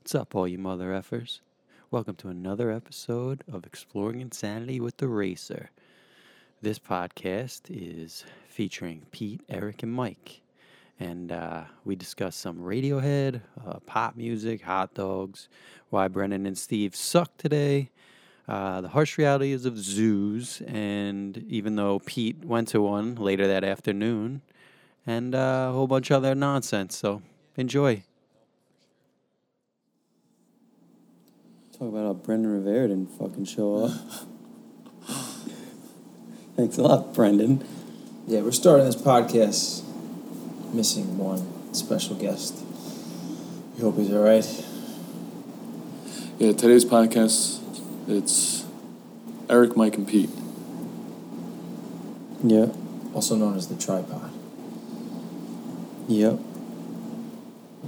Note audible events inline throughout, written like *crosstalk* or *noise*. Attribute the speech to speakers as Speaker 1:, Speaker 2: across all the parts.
Speaker 1: What's up, all you mother effers? Welcome to another episode of Exploring Insanity with the Racer. This podcast is featuring Pete, Eric, and Mike. And uh, we discuss some Radiohead, uh, pop music, hot dogs, why Brennan and Steve suck today, uh, the harsh realities of zoos, and even though Pete went to one later that afternoon, and uh, a whole bunch of other nonsense. So enjoy.
Speaker 2: Talk about how Brendan Rivera didn't
Speaker 3: *laughs*
Speaker 2: fucking show up. Thanks a lot, Brendan.
Speaker 3: Yeah, we're starting this podcast missing one special guest. We hope he's all right.
Speaker 4: Yeah, today's podcast, it's Eric, Mike, and Pete.
Speaker 2: Yep.
Speaker 3: Also known as the tripod.
Speaker 2: Yep.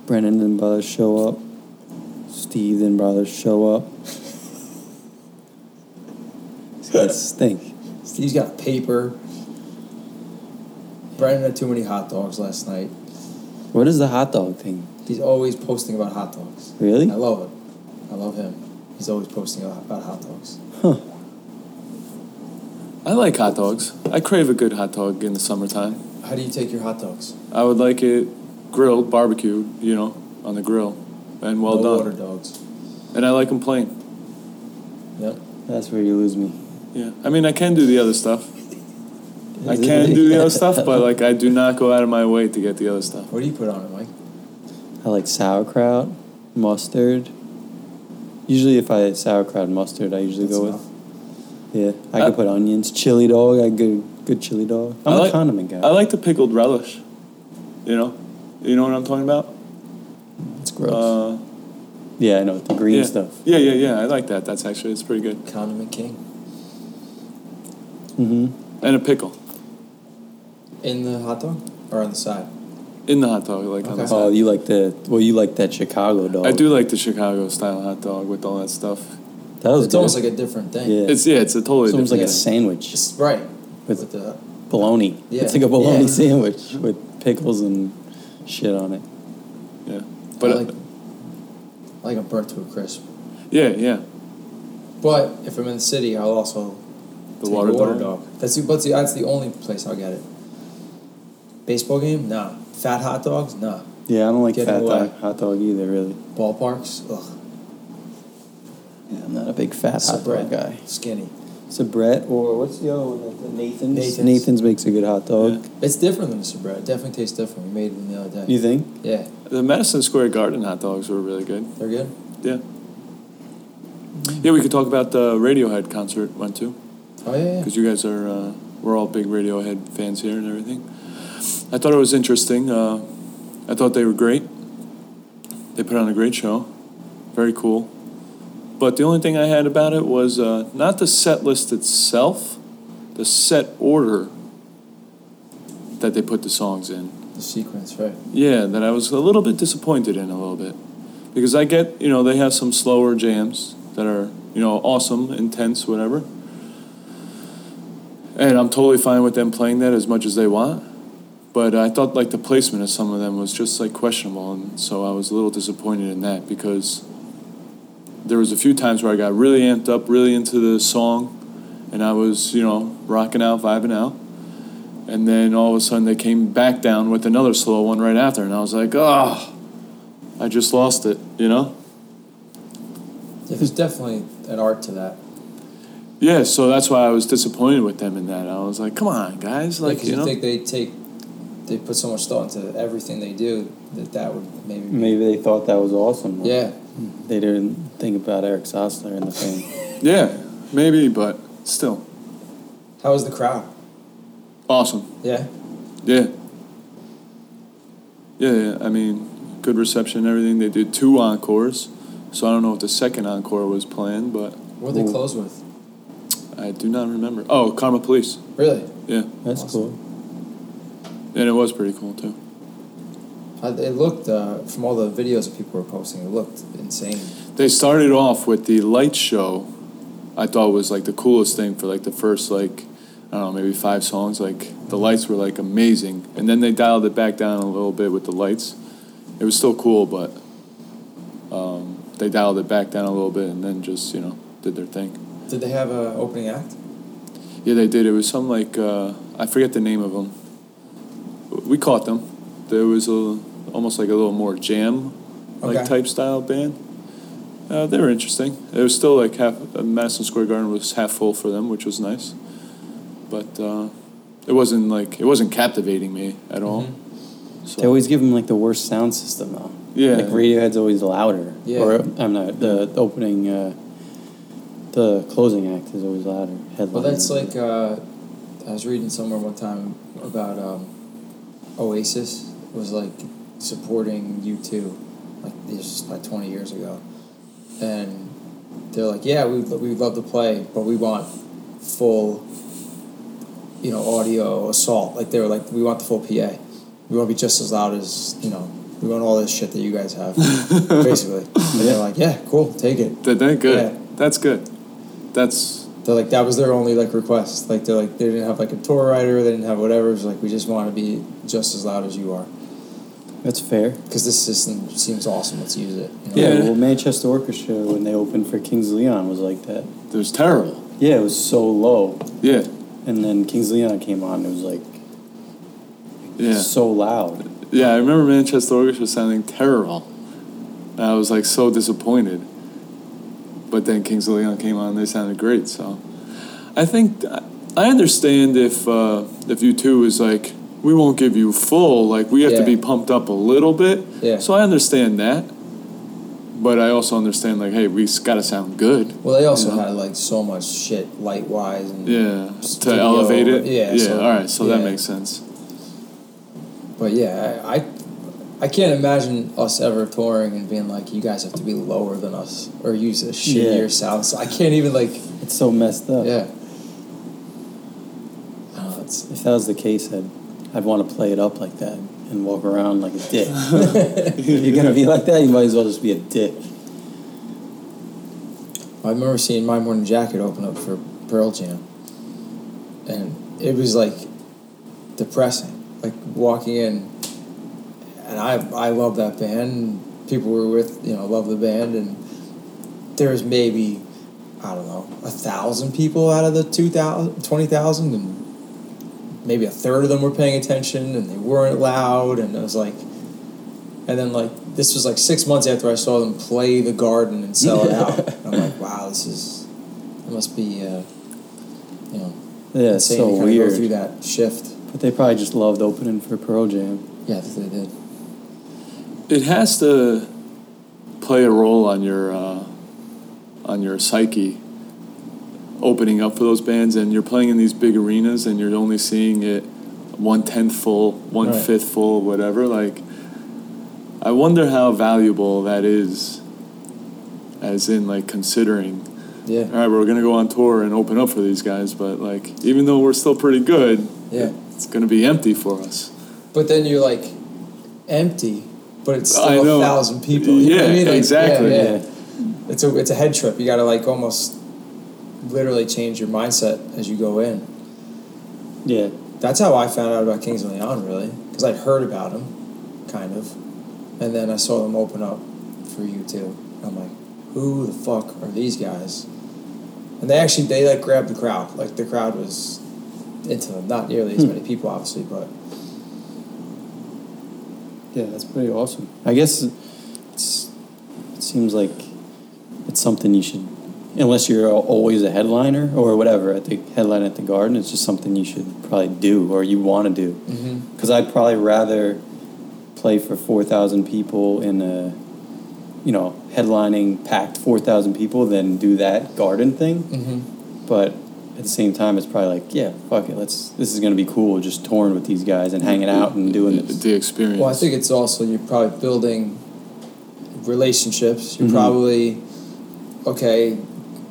Speaker 2: Brendan didn't bother show up. Steve didn't bother show up. These guys stink.
Speaker 3: Steve's got paper. Brandon had too many hot dogs last night.
Speaker 2: What is the hot dog thing?
Speaker 3: He's always posting about hot dogs.
Speaker 2: Really?
Speaker 3: I love it. I love him. He's always posting about hot dogs.
Speaker 4: I like hot dogs. I crave a good hot dog in the summertime.
Speaker 3: How do you take your hot dogs?
Speaker 4: I would like it grilled, barbecued, you know, on the grill, and well
Speaker 3: no
Speaker 4: done.
Speaker 3: water dogs.
Speaker 4: And I like them plain.
Speaker 3: Yep.
Speaker 2: That's where you lose me.
Speaker 4: Yeah, I mean, I can do the other stuff.
Speaker 2: *laughs*
Speaker 4: I can do the other stuff, but like, I do not go out of my way to get the other stuff.
Speaker 3: What do you put on it, Mike?
Speaker 2: I like sauerkraut, mustard. Usually, if I had sauerkraut and mustard, I usually
Speaker 3: That's
Speaker 2: go
Speaker 3: enough.
Speaker 2: with. Yeah, I
Speaker 4: I-
Speaker 2: could put onions, chili dog. I good good chili dog. I'm
Speaker 4: Uh, I
Speaker 2: a
Speaker 4: like-
Speaker 2: condiment guy.
Speaker 4: I like the pickled relish. You know, you know what I'm talking about.
Speaker 2: it's gross.
Speaker 4: Uh,
Speaker 2: yeah, I know the green
Speaker 4: yeah.
Speaker 2: stuff.
Speaker 4: Yeah, yeah, yeah. I like that. That's actually it's pretty good.
Speaker 3: Condiment King.
Speaker 2: Mm-hmm.
Speaker 4: And a pickle
Speaker 3: In the hot dog? Or on the side?
Speaker 4: in the hot dog, like on the
Speaker 3: Okay.
Speaker 4: side.
Speaker 2: Oh, you like the well, you like that Chicago dog.
Speaker 4: I do like the Chicago style hot dog with all that stuff.
Speaker 2: That was
Speaker 3: it's almost like
Speaker 2: a,
Speaker 3: a different thing.
Speaker 2: Yeah.
Speaker 4: It's yeah, it's a totally
Speaker 2: it's almost like
Speaker 4: different.
Speaker 2: a sandwich,
Speaker 3: It's right.
Speaker 2: With-
Speaker 3: with the
Speaker 2: bologna.
Speaker 3: Yeah.
Speaker 2: It's like a bologna
Speaker 3: Yeah.
Speaker 2: sandwich with pickles and shit on it.
Speaker 4: yeah,
Speaker 3: I
Speaker 4: but uh,
Speaker 3: like, I like a burnt to a crisp.
Speaker 4: yeah, yeah,
Speaker 3: But if I'm in the city, I'll also
Speaker 4: the
Speaker 3: take
Speaker 4: water,
Speaker 3: a water
Speaker 4: dog.
Speaker 3: dog. That's the, but see, that's the only place I'll get it. Baseball game, nah. Fat hot dogs, nah.
Speaker 2: Yeah, I don't like
Speaker 3: Getting
Speaker 2: fat
Speaker 3: away.
Speaker 2: dog, hot dog either, really.
Speaker 3: Ballparks, ugh.
Speaker 2: Yeah, I'm not a big fat hot
Speaker 3: Brett,
Speaker 2: dog guy.
Speaker 3: skinny.
Speaker 2: Sabrette or what's the other one? The Nathan's. Nathan's,
Speaker 3: Nathan's.
Speaker 2: makes a good hot dog.
Speaker 3: It's different than the Sabret. It definitely tastes different. We made them the other day.
Speaker 2: You think?
Speaker 3: Yeah,
Speaker 4: The Madison Square Garden hot dogs were really good.
Speaker 3: they're good.
Speaker 4: Yeah,
Speaker 3: Mm-hmm.
Speaker 4: yeah. We could talk about the Radiohead concert went to
Speaker 3: Oh yeah, yeah.
Speaker 4: because you guys are uh, we're all big Radiohead fans here and everything. I thought it was interesting. Uh, I thought they were great. They put on a great show, very cool. But the only thing I had about it was uh, not the set list itself, the set order that they put the songs in.
Speaker 3: The sequence, right?
Speaker 4: Yeah, that I was a little bit disappointed in a little bit. Because I get, you know, they have some slower jams that are, you know, awesome, intense, whatever. And I'm totally fine with them playing that as much as they want. But I thought like the placement of some of them was just like questionable and so I was a little disappointed in that because there was a few times where I got really amped up, really into the song, and I was, you know, rocking out, vibing out. And then all of a sudden they came back down with another slow one right after. And I was like, oh, I just lost it, you know?
Speaker 3: Yeah, there's definitely an art to that.
Speaker 4: Yeah, so that's why I was disappointed with them in that. I was like, come on, guys. Like,
Speaker 3: Like,
Speaker 4: you
Speaker 3: you
Speaker 4: know?
Speaker 3: think they take, they put so much thought into everything they do that that would maybe. Be,
Speaker 2: Maybe they thought that was awesome.
Speaker 3: yeah.
Speaker 2: They didn't think about Eric Sosler *laughs* in the thing.
Speaker 4: yeah, maybe, but still.
Speaker 3: How was the crowd?
Speaker 4: Awesome.
Speaker 3: Yeah.
Speaker 4: Yeah. Yeah, yeah. I mean, good reception and everything. They did two encores. So I don't know if the second encore was planned, but
Speaker 3: What did they
Speaker 2: Ooh.
Speaker 3: close with?
Speaker 4: I do not remember. Oh, Karma Police.
Speaker 3: Really?
Speaker 4: Yeah.
Speaker 2: That's
Speaker 3: Awesome.
Speaker 4: And it was pretty cool, too.
Speaker 3: I, it looked uh, from all the videos that people were posting. It looked insane.
Speaker 4: They started off with the light show. I thought was like the coolest thing for like the first like I don't know maybe five songs. Like the lights were like amazing, and then they dialed it back down a little bit with the lights. It was still cool, but um, they dialed it back down a little bit and then just you know did their thing.
Speaker 3: Did they have a opening act?
Speaker 4: Yeah, they did. It was some like uh, I forget the name of them. We caught them. There was a almost like a little more jam like
Speaker 3: Okay.
Speaker 4: type style band. Uh, they were interesting. It was still like half uh, Madison Square Garden was half full for them, which was nice. But uh, it wasn't like it wasn't captivating me at all. So,
Speaker 2: They always give them like the worst sound system though.
Speaker 4: Yeah.
Speaker 2: Like Radiohead's always louder.
Speaker 3: Yeah.
Speaker 2: Or I'm not the opening, uh, the closing act is always louder. Headline.
Speaker 3: Well, that's like uh, I was reading somewhere one time about um, Oasis was like supporting U two, like this is about twenty years ago, and they're like, yeah, we we would love to play, but we want full, you know, audio assault. Like they were like, we want the full PA. We want to be just as loud as you know. We want all this shit that you guys have, *laughs* basically. And they're like, yeah, cool, take it.
Speaker 4: Did that good.
Speaker 3: Yeah.
Speaker 4: That's good. That's
Speaker 3: They're like that was their only like request. Like they're like they didn't have like a tour rider. They didn't have whatever. It's like we just want to be just as loud as you are
Speaker 2: That's fair.
Speaker 3: because this system seems awesome. Let's use it. you know?
Speaker 4: Yeah.
Speaker 2: Well, Manchester Orchestra when they opened for Kings Leon was like that.
Speaker 4: it was terrible.
Speaker 2: Yeah, it was so low,
Speaker 4: Yeah.
Speaker 2: and then Kings Leon came on. and It was like
Speaker 4: Yeah.
Speaker 2: so loud.
Speaker 4: Yeah, I remember Manchester Orchestra sounding terrible. And I was like so disappointed. But then Kings of Leon came on, and they sounded great. So I think I understand if uh, if you two is like we won't give you full, like we have to
Speaker 3: Yeah.
Speaker 4: be pumped up a little bit.
Speaker 3: Yeah.
Speaker 4: So I understand that. But I also understand like, hey, we got to sound good.
Speaker 3: Well, they also
Speaker 4: Yeah.
Speaker 3: had like so much shit light wise and
Speaker 4: Yeah. To
Speaker 3: Studio,
Speaker 4: elevate it.
Speaker 3: yeah,
Speaker 4: Yeah.
Speaker 3: so-
Speaker 4: all right. So that
Speaker 3: yeah.
Speaker 4: makes sense.
Speaker 3: But yeah, I, I I can't imagine us ever touring and being like you guys have to be lower than us or use a shittier
Speaker 2: Yeah.
Speaker 3: sound. So I can't even like
Speaker 2: It's so messed up.
Speaker 3: yeah. I don't know, it's-
Speaker 2: If that was the case, I'd I'd want to play it up like that and walk around like a
Speaker 3: *laughs*
Speaker 2: dick. *laughs* if you're gonna be like that, you might as well just be a dick.
Speaker 3: I remember seeing My Morning Jacket open up for Pearl Jam, and it was like depressing. Like walking in, and I I love that band. People we were with, you know, love the band, and there was maybe I don't know a thousand people out of the 2,000, 20,000 and maybe a third of them were paying attention, and they weren't loud, and it was like. And then like this was like six months after I saw them play the garden and sell it out. And I'm like, wow, this is it must be uh, you know
Speaker 2: Yeah, it's
Speaker 3: insane
Speaker 2: so
Speaker 3: to kinda
Speaker 2: weird.
Speaker 3: go through that shift.
Speaker 2: But they probably just loved opening for Pearl Jam.
Speaker 3: Yeah, that's what they did.
Speaker 4: it has to play a role on your uh, on your psyche opening up for those bands and you're playing in these big arenas and you're only seeing it one tenth full one fifth full whatever like i wonder how valuable that is as in like considering all
Speaker 3: Yeah,
Speaker 4: right we're gonna go on tour and open up for these guys but like even though we're still pretty good
Speaker 3: yeah.
Speaker 4: it's gonna be empty for us
Speaker 3: But then you're like empty, but it's
Speaker 4: I
Speaker 3: still
Speaker 4: know.
Speaker 3: a thousand people. You know what I
Speaker 4: Yeah,
Speaker 3: mean? Like,
Speaker 4: exactly.
Speaker 3: Yeah, yeah. It's a it's a head trip. You got to like almost literally change your mindset as you go in.
Speaker 2: Yeah.
Speaker 3: That's how I found out about Kings of Leon, really, because I'd heard about them, kind of, and then I saw them open up for you too. I'm like, who the fuck are these guys? And they actually they like grabbed the crowd. Like the crowd was into them. Not nearly as many people, obviously, but
Speaker 2: Yeah, that's pretty awesome. I guess it's, it seems like it's something you should, unless you're al- always a headliner or whatever at the headline at the Garden. It's just something you should probably do or you want to do.
Speaker 3: Mm-hmm.
Speaker 2: Because I'd probably rather play for four thousand people in a, you know, headlining packed four thousand people than do that Garden thing.
Speaker 3: Mm-hmm.
Speaker 2: But at the same time, it's probably like, yeah, fuck it. Let's. This is gonna be cool. Just touring with these guys and hanging out and doing this.
Speaker 4: the experience
Speaker 3: Well, I think it's also you're probably building relationships. You're probably okay.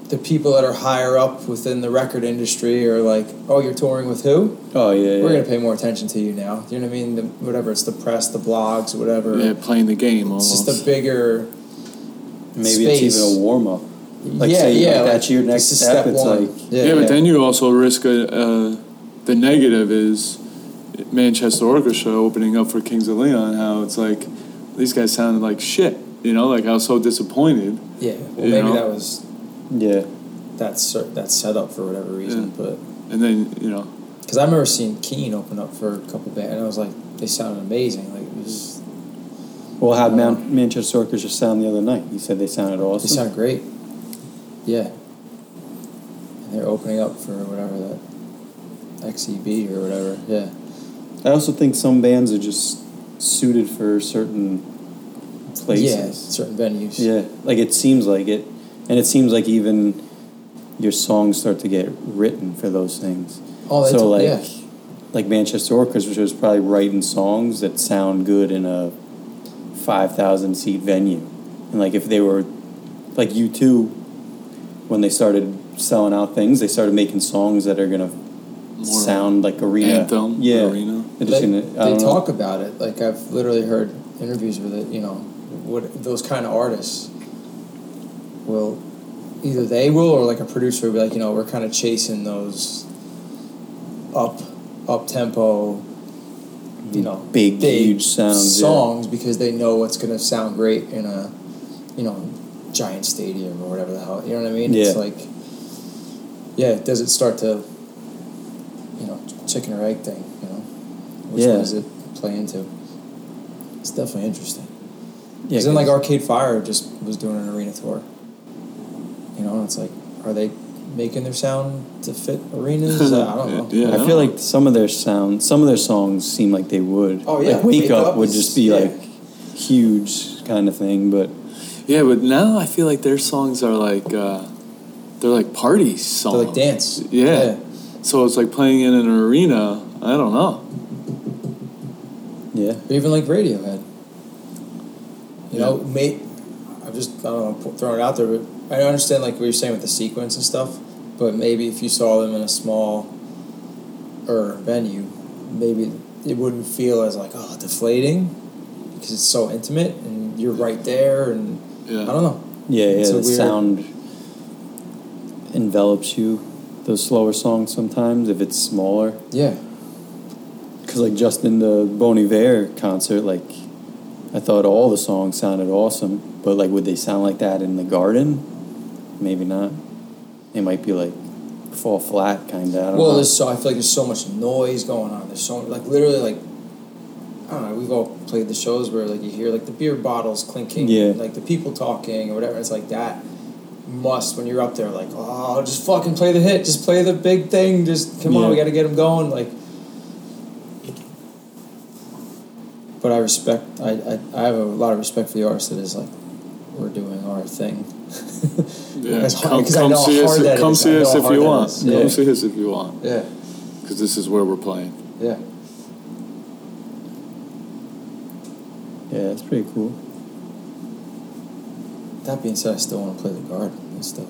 Speaker 3: The people that are higher up within the record industry are like, "Oh, you're touring with who?
Speaker 2: Oh
Speaker 3: We're
Speaker 2: yeah, yeah.
Speaker 3: gonna pay more attention to you now." You know what I mean? The, whatever it's the press, the blogs, whatever.
Speaker 4: yeah playing the game
Speaker 3: it's
Speaker 4: almost.
Speaker 3: just a bigger.
Speaker 2: Maybe it's
Speaker 3: space.
Speaker 2: even a warm up. Like,
Speaker 3: yeah,
Speaker 2: say,
Speaker 3: yeah.
Speaker 2: like,
Speaker 3: like,
Speaker 2: that's your
Speaker 3: this
Speaker 2: next
Speaker 3: is
Speaker 2: step, it's
Speaker 3: one.
Speaker 2: like-
Speaker 3: yeah,
Speaker 4: Yeah,
Speaker 3: yeah.
Speaker 4: but then you also risk a, uh, the negative is Manchester Orchestra opening up for Kings of Leon. How it's like these guys sounded like shit. You know, like I was so disappointed.
Speaker 3: Yeah. Well,
Speaker 4: You
Speaker 3: maybe
Speaker 4: know?
Speaker 3: that was
Speaker 2: Yeah.
Speaker 3: that ser- that setup for whatever reason,
Speaker 4: Yeah.
Speaker 3: but
Speaker 4: And then, you know,
Speaker 3: because I remember seeing Keen open up for a couple bands, and I was like, they sounded amazing. Like it was,
Speaker 2: Well, how Man- Manchester Orchestra sound the other night? You said they sounded
Speaker 3: they
Speaker 2: awesome.
Speaker 3: sound great. Yeah. And they're opening up for whatever that XEB or whatever. Yeah.
Speaker 2: I also think some bands are just suited for certain
Speaker 3: Yeah,
Speaker 2: places.
Speaker 3: certain venues.
Speaker 2: Yeah. Like it seems like it, and it seems like even your songs start to get written for those things.
Speaker 3: Oh, that's
Speaker 2: so like,
Speaker 3: yeah.
Speaker 2: like Manchester Orchestra was probably writing songs that sound good in a five thousand seat venue, and like if they were, like you two, when they started selling out things, they started making songs that are gonna
Speaker 4: More
Speaker 2: sound like arena
Speaker 4: anthem,
Speaker 2: yeah,
Speaker 4: arena.
Speaker 2: They're just
Speaker 3: they,
Speaker 2: gonna, I
Speaker 3: they
Speaker 2: don't
Speaker 3: talk
Speaker 2: know.
Speaker 3: about it. Like I've literally heard interviews with it. You know, what those kind of artists will either they will or like a producer will be like, you know, we're kind of chasing those up up tempo, you know,
Speaker 2: Big, huge sounds, yeah.
Speaker 3: songs because they know what's going to sound great in a you know giant stadium or whatever the hell. You know what I mean? It's
Speaker 2: Yeah.
Speaker 3: like yeah, does it start to you know chicken or egg thing? You know, which
Speaker 2: Yeah.
Speaker 3: one does it play into? It's definitely interesting.
Speaker 2: Yeah,
Speaker 3: Because then, like Arcade Fire just was doing an arena tour. You know, and it's like, are they making their sound to fit arenas? I don't know.
Speaker 4: Yeah.
Speaker 2: I feel like some of their sounds, some of their songs seem like they would.
Speaker 3: Oh, yeah,
Speaker 2: like Wake,
Speaker 3: Wake
Speaker 2: Up,
Speaker 3: Up
Speaker 2: would
Speaker 3: is-
Speaker 2: just be
Speaker 3: yeah.
Speaker 2: like huge kind of thing, but
Speaker 4: Yeah, but now I feel like their songs are like, uh, they're like party songs.
Speaker 3: They're like dance.
Speaker 4: Yeah. So it's like playing in an arena. I don't know.
Speaker 2: yeah.
Speaker 3: Or even like Radiohead. You know, mate, I'm just, I don't know, throwing it out there, but I understand like what you're saying with the sequence and stuff, but maybe if you saw them in a small or venue, maybe it wouldn't feel as like, oh, deflating because it's so intimate and you're right there and
Speaker 4: Yeah.
Speaker 3: I don't know.
Speaker 2: Yeah, yeah.
Speaker 3: It's a
Speaker 2: The
Speaker 3: weird-
Speaker 2: sound envelops you. Those slower songs sometimes, if it's smaller,
Speaker 3: Yeah.
Speaker 2: because like Justin the Bon Iver concert, like I thought all the songs sounded awesome, but like would they sound like that in the garden? Maybe not. They might be like fall flat kind of.
Speaker 3: Well,
Speaker 2: know.
Speaker 3: there's so I feel like there's so much noise going on. There's so like literally like I don't know. We've all played the shows where like you hear like the beer bottles clinking,
Speaker 2: Yeah.
Speaker 3: like the people talking or whatever. It's like that must when you're up there like oh just fucking play the hit, just play the big thing, just come on,
Speaker 2: Yeah.
Speaker 3: we got to get them going. Like, but I respect. I, I I have a lot of respect for the artist that is like we're doing our thing. *laughs*
Speaker 4: Yeah.
Speaker 3: That's hard,
Speaker 4: come
Speaker 3: 'cause I know
Speaker 4: come
Speaker 3: how
Speaker 4: see us.
Speaker 3: hard that
Speaker 4: Come
Speaker 3: is. I
Speaker 4: see
Speaker 3: know
Speaker 4: us
Speaker 3: how
Speaker 4: if
Speaker 3: hard
Speaker 4: you
Speaker 3: that
Speaker 4: want.
Speaker 3: is.
Speaker 4: Come
Speaker 3: Yeah.
Speaker 4: see us if you want.
Speaker 3: Yeah,
Speaker 4: Because this is where we're playing.
Speaker 3: yeah.
Speaker 2: yeah, it's pretty cool.
Speaker 3: That being said, I still want to play the garden and stuff.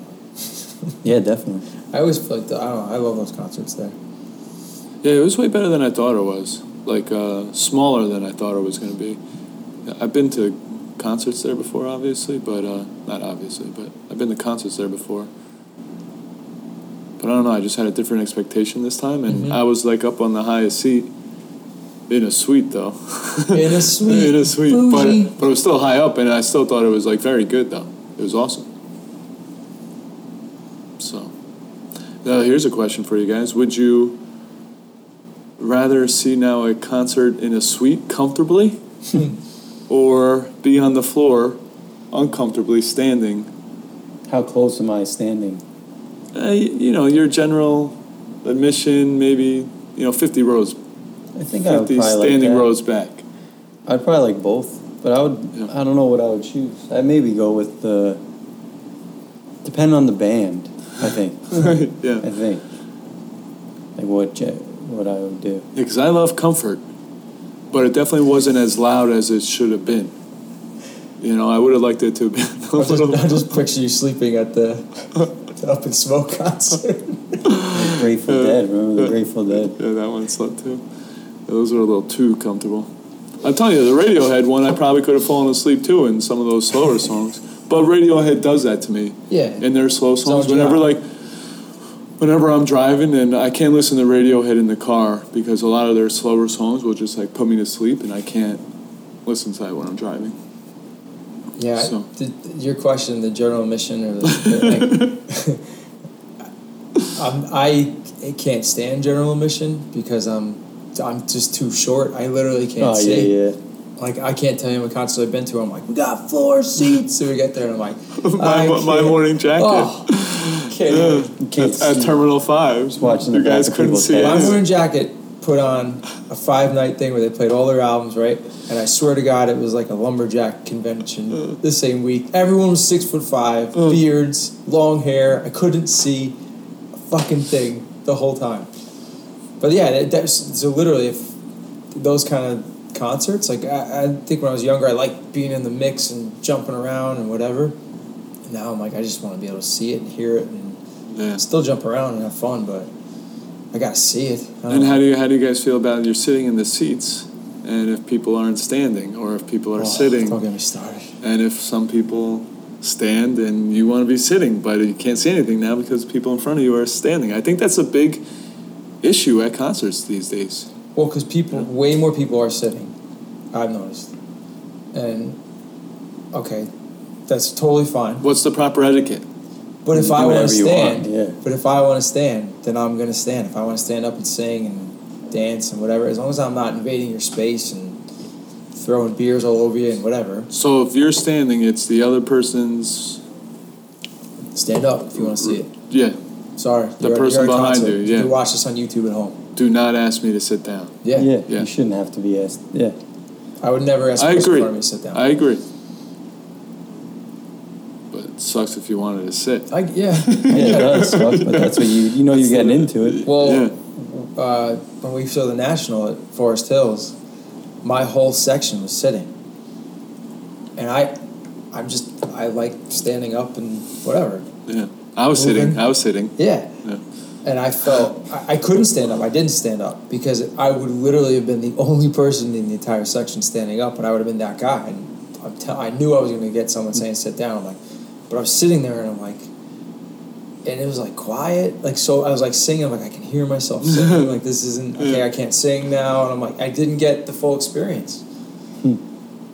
Speaker 2: *laughs* Yeah, definitely.
Speaker 3: I always feel like the, I don't know. I love those concerts there.
Speaker 4: Yeah, it was way better than I thought it was. Like uh, smaller than I thought it was going to be. I've been to concerts there before, obviously, but uh, not obviously, but I've been to concerts there before. But I don't know. I just had a different expectation this time, and
Speaker 3: Mhm.
Speaker 4: I was like up on the highest seat. In a suite, though.
Speaker 3: In a
Speaker 4: *laughs*
Speaker 3: suite.
Speaker 4: in a suite,
Speaker 3: Bougie.
Speaker 4: but but it was still high up, and I still thought it was like very good, though. It was awesome. So, now here's a question for you guys: Would you rather see now a concert in a suite comfortably,
Speaker 2: Hmm.
Speaker 4: or be on the floor uncomfortably standing?
Speaker 2: How close am I standing?
Speaker 4: Uh, y- you know, your general admission, maybe you know, 50 rows,
Speaker 2: I think I would
Speaker 4: 50
Speaker 2: probably
Speaker 4: standing
Speaker 2: like that.
Speaker 4: rows back. *laughs*
Speaker 2: I'd probably like both, but I would.
Speaker 4: Yeah.
Speaker 2: I don't know what I would choose. I maybe go with the. Depend on the band,
Speaker 4: *laughs*
Speaker 2: I think.
Speaker 4: yeah.
Speaker 2: I think. Like what j- what I would do.
Speaker 4: Because I love comfort, but it definitely wasn't as loud as it should have been. You know, I would have liked it to have been *laughs* a
Speaker 3: I just,
Speaker 2: *laughs*
Speaker 4: little.
Speaker 3: I just picture you sleeping at the, the Up in Smoke
Speaker 2: *laughs*
Speaker 3: concert.
Speaker 2: Grateful
Speaker 4: Uh,
Speaker 2: Dead. Remember the Grateful Dead?
Speaker 4: Yeah, that one slept too. Those were a little too comfortable. I'm telling you, the Radiohead one, I probably could have fallen asleep too in some of those slower songs. But Radiohead does that to me
Speaker 3: Yeah.
Speaker 4: in their slow songs.
Speaker 3: Zones you
Speaker 4: Whenever
Speaker 3: out.
Speaker 4: like, whenever I'm driving and I can't listen to Radiohead in the car because a lot of their slower songs will just like put me to sleep and I can't listen to that when I'm driving.
Speaker 3: Yeah, I-
Speaker 4: So-
Speaker 3: th- th- your question, the journal mission, or the,
Speaker 2: *laughs*
Speaker 3: um, I can't stand journal mission because I'm I'm just too short. I literally can't
Speaker 2: Oh
Speaker 3: see.
Speaker 2: yeah, yeah.
Speaker 3: Like I can't tell you what concert I've been to. I'm like, we got four seats. So we get there, and I'm like,
Speaker 4: *laughs* my,
Speaker 3: I
Speaker 4: mo- my
Speaker 3: can't-
Speaker 4: morning jacket.
Speaker 3: Oh, can't even.
Speaker 2: You can't
Speaker 4: At, at
Speaker 2: see.
Speaker 4: Terminal Five, just
Speaker 2: watching the
Speaker 4: you guys
Speaker 2: back of
Speaker 4: couldn't
Speaker 2: people's
Speaker 4: see
Speaker 2: heads.
Speaker 3: My
Speaker 2: Yeah.
Speaker 4: it.
Speaker 3: Maroon Jacket put on a five night thing where they played all their albums, right? And I swear to God, it was like a lumberjack convention the same week. Everyone was six foot five, beards, long hair. I couldn't see a fucking thing the whole time. But yeah, that, that was, so literally, if those kind of concerts, like I, I think when I was younger, I liked being in the mix and jumping around and whatever. And now I'm like, I just want to be able to see it and hear it and
Speaker 4: Yeah.
Speaker 3: still jump around and have fun, but I gotta see it. I don't
Speaker 4: And
Speaker 3: know.
Speaker 4: how do you how do you guys feel about you're sitting in the seats, and if people aren't standing, or if people are
Speaker 3: Oh,
Speaker 4: sitting,
Speaker 3: Don't get me started.
Speaker 4: and if some people stand and you want to be sitting, but you can't see anything now because people in front of you are standing. I think that's a big issue at concerts these days.
Speaker 3: Well, because people, way more people are sitting. I've noticed, and okay, that's totally fine.
Speaker 4: What's the proper etiquette?
Speaker 3: But if
Speaker 2: Do
Speaker 3: I want to
Speaker 2: whatever you want,
Speaker 3: stand,
Speaker 2: yeah.
Speaker 3: but if I want to stand, then I'm gonna stand. If I want to stand up and sing and dance and whatever, as long as I'm not invading your space and throwing beers all over you and whatever,
Speaker 4: So if you're standing, it's the other person's.
Speaker 3: stand up if you want to see it.
Speaker 4: Yeah.
Speaker 3: Sorry,
Speaker 4: The
Speaker 3: you're at-
Speaker 4: person
Speaker 3: you're at a
Speaker 4: behind
Speaker 3: concert.
Speaker 4: you, yeah.
Speaker 3: You watch this on YouTube at home.
Speaker 4: Do not ask me to sit down.
Speaker 3: Yeah,
Speaker 2: yeah,
Speaker 4: Yeah.
Speaker 2: You shouldn't have to be asked.
Speaker 4: *laughs*
Speaker 2: Yeah,
Speaker 3: I would never ask a
Speaker 4: I
Speaker 3: person in
Speaker 4: agree.
Speaker 3: front of me to sit down.
Speaker 4: I agree. But it sucks if you wanted to sit.
Speaker 3: I, *laughs* yeah.
Speaker 2: yeah, it does suck, but that's what you you know you're getting into it.
Speaker 3: Well,
Speaker 4: Yeah.
Speaker 3: uh, when we saw the national at Forest Hills, my whole section was sitting, and I, I'm just I like standing up and whatever.
Speaker 4: Yeah. I was sitting.
Speaker 3: Moving.
Speaker 4: I was sitting.
Speaker 3: Yeah.
Speaker 4: Yeah.
Speaker 3: And I felt I, I couldn't stand up. I didn't stand up because I would literally have been the only person in the entire section standing up, and I would have been that guy. And I'm tell, I knew I was going to get someone saying sit down. I'm like, but I was sitting there and I'm like, and it was like quiet. Like so, I was like singing. I'm like I can hear myself
Speaker 2: *laughs*
Speaker 3: singing. like this isn't okay. I can't sing now. And I'm like I didn't get the full experience.
Speaker 2: Hmm.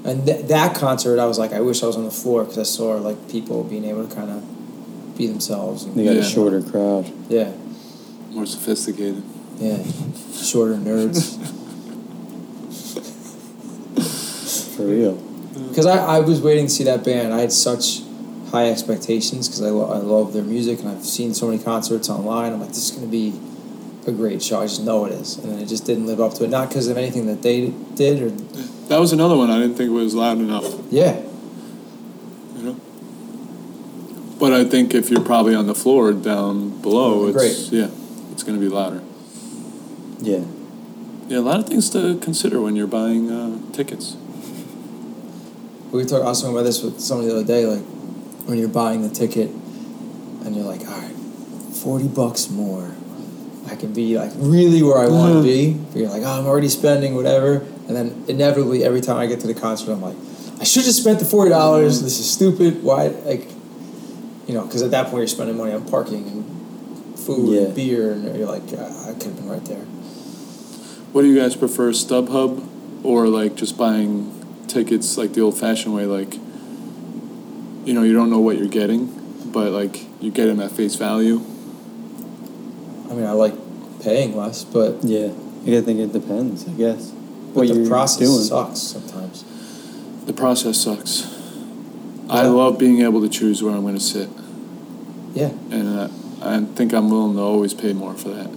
Speaker 3: And th- that concert, I was like, I wish I was on the floor because I saw like people being able to kind of be themselves. And,
Speaker 2: They got
Speaker 4: Yeah.
Speaker 2: a shorter crowd.
Speaker 3: yeah.
Speaker 4: More sophisticated.
Speaker 3: Yeah, shorter nerds.
Speaker 2: For real.
Speaker 3: Because I, I was waiting to see that band. I had such high expectations because I, lo- I love their music and I've seen so many concerts online. I'm like, this is going to be a great show. I just know it is. And then it just didn't live up to it. Not because of anything that they did or.
Speaker 4: That was another one I didn't think was loud enough.
Speaker 3: Yeah.
Speaker 4: You know. But I think if you're probably on the floor down below, it's yeah, it's going to be louder.
Speaker 2: Yeah.
Speaker 4: Yeah, a lot of things to consider when you're buying uh, tickets.
Speaker 3: We were talking, I was talking about this with somebody the other day. Like, when you're buying the ticket and you're like, all right, 40 bucks more. I can be like really where I want
Speaker 2: Mm-hmm.
Speaker 3: to
Speaker 4: Mhm.
Speaker 3: be. But you're like, oh, I'm already spending whatever. And then inevitably, every time I get to the concert, I'm like, I should have spent the $40.
Speaker 2: Mm-hmm.
Speaker 3: dollars This is stupid. Why? Like, you know, because at that point, you're spending money on parking and food
Speaker 2: Yeah.
Speaker 3: and beer. And you're like, ah, I could have been right there.
Speaker 4: What do you guys prefer, StubHub or like just buying tickets like the old-fashioned way? Like, you know, you don't know what you're getting, but like you get them at face value.
Speaker 3: I mean, I like paying less, but,
Speaker 2: Yeah. I think it depends. I guess.
Speaker 3: but
Speaker 2: what
Speaker 3: the
Speaker 2: you're
Speaker 3: process
Speaker 2: doing.
Speaker 3: sucks sometimes.
Speaker 4: The process sucks. I
Speaker 3: Yeah.
Speaker 4: love being able to choose where I'm going to sit,
Speaker 3: Yeah.
Speaker 4: and uh, I think I'm willing to always pay more for that.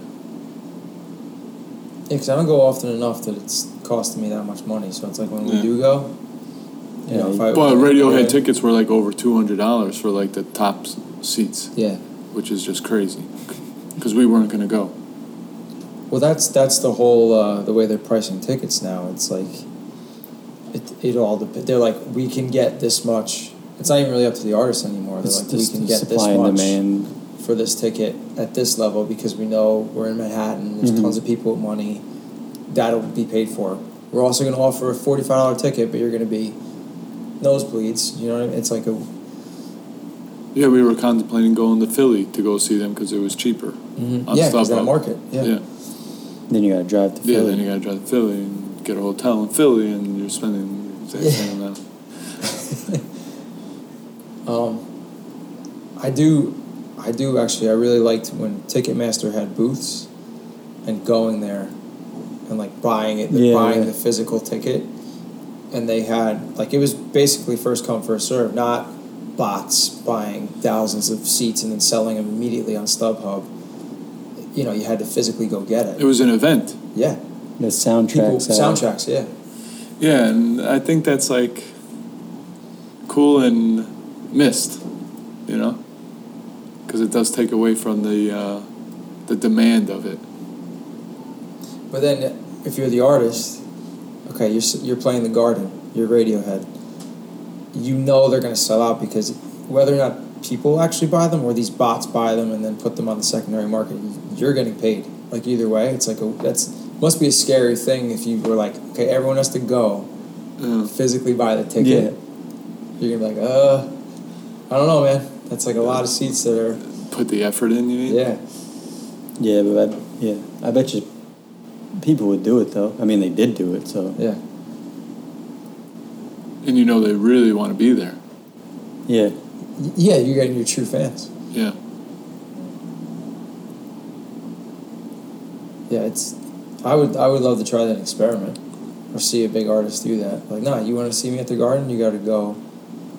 Speaker 3: Yeah, 'cause I don't go often enough that it's costing me that much money. So it's like when we
Speaker 4: Yeah.
Speaker 3: do go, you know, if I
Speaker 4: Well, Radiohead
Speaker 3: yeah.
Speaker 4: tickets were like over two hundred dollars for like the top s- seats,
Speaker 3: Yeah.
Speaker 4: which is just crazy, because we weren't gonna go.
Speaker 3: Well, that's that's the whole uh, the way they're pricing tickets now. It's like it it all depends. They're like we can get this much. It's not even really up to the artist anymore. They're
Speaker 2: It's
Speaker 3: like we
Speaker 2: just
Speaker 3: can get this
Speaker 2: supply and
Speaker 3: much
Speaker 2: demand.
Speaker 3: for this ticket at this level because we know we're in Manhattan. There's
Speaker 2: Mhm.
Speaker 3: tons of people with money. That'll be paid for. We're also going to offer a forty-five dollar ticket, but you're going to be nosebleeds. You know, what I mean? it's like a
Speaker 4: Yeah, we were contemplating going to Philly to go see them because it was cheaper. on
Speaker 3: Yeah, 'cause
Speaker 4: StubHub.
Speaker 3: that market. Yeah.
Speaker 4: Yeah, yeah.
Speaker 2: Then you gotta drive to Philly.
Speaker 4: then you gotta drive to Philly and get a hotel in Philly, and you're spending the exact same amount.
Speaker 3: *laughs* Um, I do, I do actually. I really liked when Ticketmaster had booths, and going there, and like buying it,
Speaker 2: Yeah,
Speaker 3: buying
Speaker 2: yeah.
Speaker 3: the physical ticket, and they had like it was basically first come first serve, not bots buying thousands of seats and then selling them immediately on StubHub. You know, you had to physically go get it.
Speaker 4: It was an event.
Speaker 3: yeah,
Speaker 2: The soundtracks.
Speaker 3: people
Speaker 2: out.
Speaker 3: soundtracks. Yeah,
Speaker 4: Yeah, and I think that's like cool and missed, you know, because it does take away from the uh, the demand of it.
Speaker 3: But then, if you're the artist, okay, you're s- you're playing the Garden, you're Radiohead. You know they're gonna sell out because whether or not people actually buy them or these bots buy them and then put them on the secondary market, you're getting paid. Like either way, it's like a that's must be a scary thing if you were like, okay, everyone has to go
Speaker 4: Uh,
Speaker 3: physically buy the ticket. You're gonna be like, uh, I don't know, man. That's like a lot of seats that are,
Speaker 4: put the effort in, you mean?
Speaker 3: yeah.
Speaker 2: Yeah, but I, yeah, I bet you people would do it though. I mean, they did do it, so
Speaker 3: Yeah,
Speaker 4: And you know they really want to be there.
Speaker 2: yeah.
Speaker 3: Y- yeah. You're getting your true fans.
Speaker 4: Yeah.
Speaker 3: Yeah, it's. I would I would love to try that experiment, or see a big artist do that. Like, nah, you want to see me at the Garden? You got to go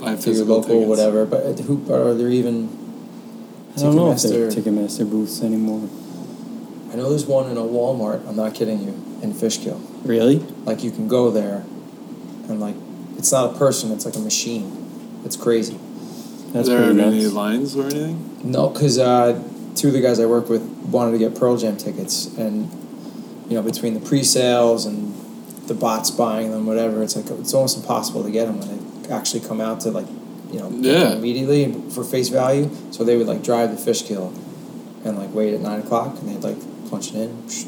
Speaker 4: Buy
Speaker 3: to your
Speaker 4: physical
Speaker 3: local
Speaker 4: tickets.
Speaker 3: whatever. But uh, who are there even?
Speaker 2: I don't know if they're
Speaker 3: Ticketmaster.
Speaker 2: Ticketmaster booths anymore.
Speaker 3: I know there's one in a Walmart. I'm not kidding you. In Fishkill,
Speaker 2: Really?
Speaker 3: like you can go there, and like it's not a person. It's like a machine. It's crazy.
Speaker 2: That's
Speaker 4: Are there
Speaker 2: pretty
Speaker 4: any
Speaker 2: nuts.
Speaker 4: lines or anything?
Speaker 3: No, because uh, two of the guys I work with wanted to get Pearl Jam tickets, and you know between the pre-sales and the bots buying them, whatever, it's like it's almost impossible to get them when they actually come out to like you know get them
Speaker 4: Yeah.
Speaker 3: immediately for face value. So they would like drive the Fishkill and like wait at nine o'clock, and they'd like punch it in, psh,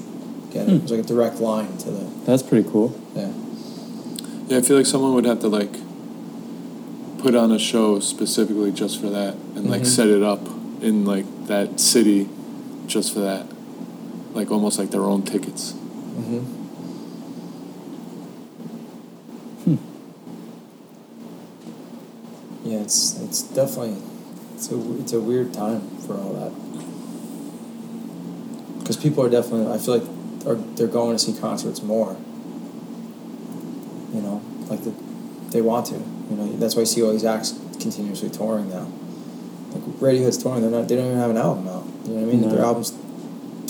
Speaker 3: get it.
Speaker 2: Hmm.
Speaker 3: It was like a direct line to the
Speaker 2: That's pretty cool.
Speaker 3: yeah.
Speaker 4: Yeah, I feel like someone would have to like put on a show specifically just for that and like
Speaker 3: Mhm.
Speaker 4: set it up in like that city just for that. Like almost like their own tickets.
Speaker 3: Mm-hmm. Hmm. Yeah, it's it's definitely it's a it's a weird time for all that because people are definitely I feel like are they're going to see concerts more. You know, like the, they want to. You know, that's why you see all these acts continuously touring now. Like Radiohead's touring, they're not they don't even have an album out. You know what I mean?
Speaker 2: No.
Speaker 3: Their album's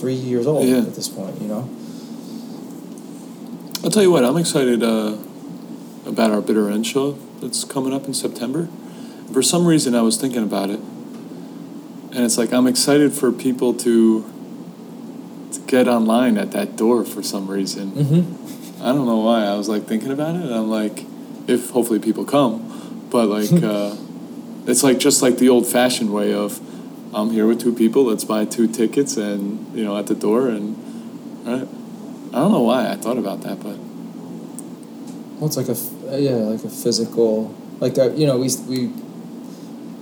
Speaker 3: three years old
Speaker 4: Yeah.
Speaker 3: at this point. You know.
Speaker 4: I'll tell you what, I'm excited uh, about our Bitter End show that's coming up in September. For some reason, I was thinking about it, and it's like I'm excited for people to, to get online at that door for some reason.
Speaker 3: Mm-hmm.
Speaker 4: I don't know why. I was like thinking about it, and I'm like, if hopefully people come, but like, uh, it's like just like the old-fashioned way of, I'm here with two people. Let's buy two tickets, and you know, at the door, and all right. I don't know why I thought about that, but
Speaker 3: Well, it's like a f- uh, yeah, like a physical, like uh, you know, we s- we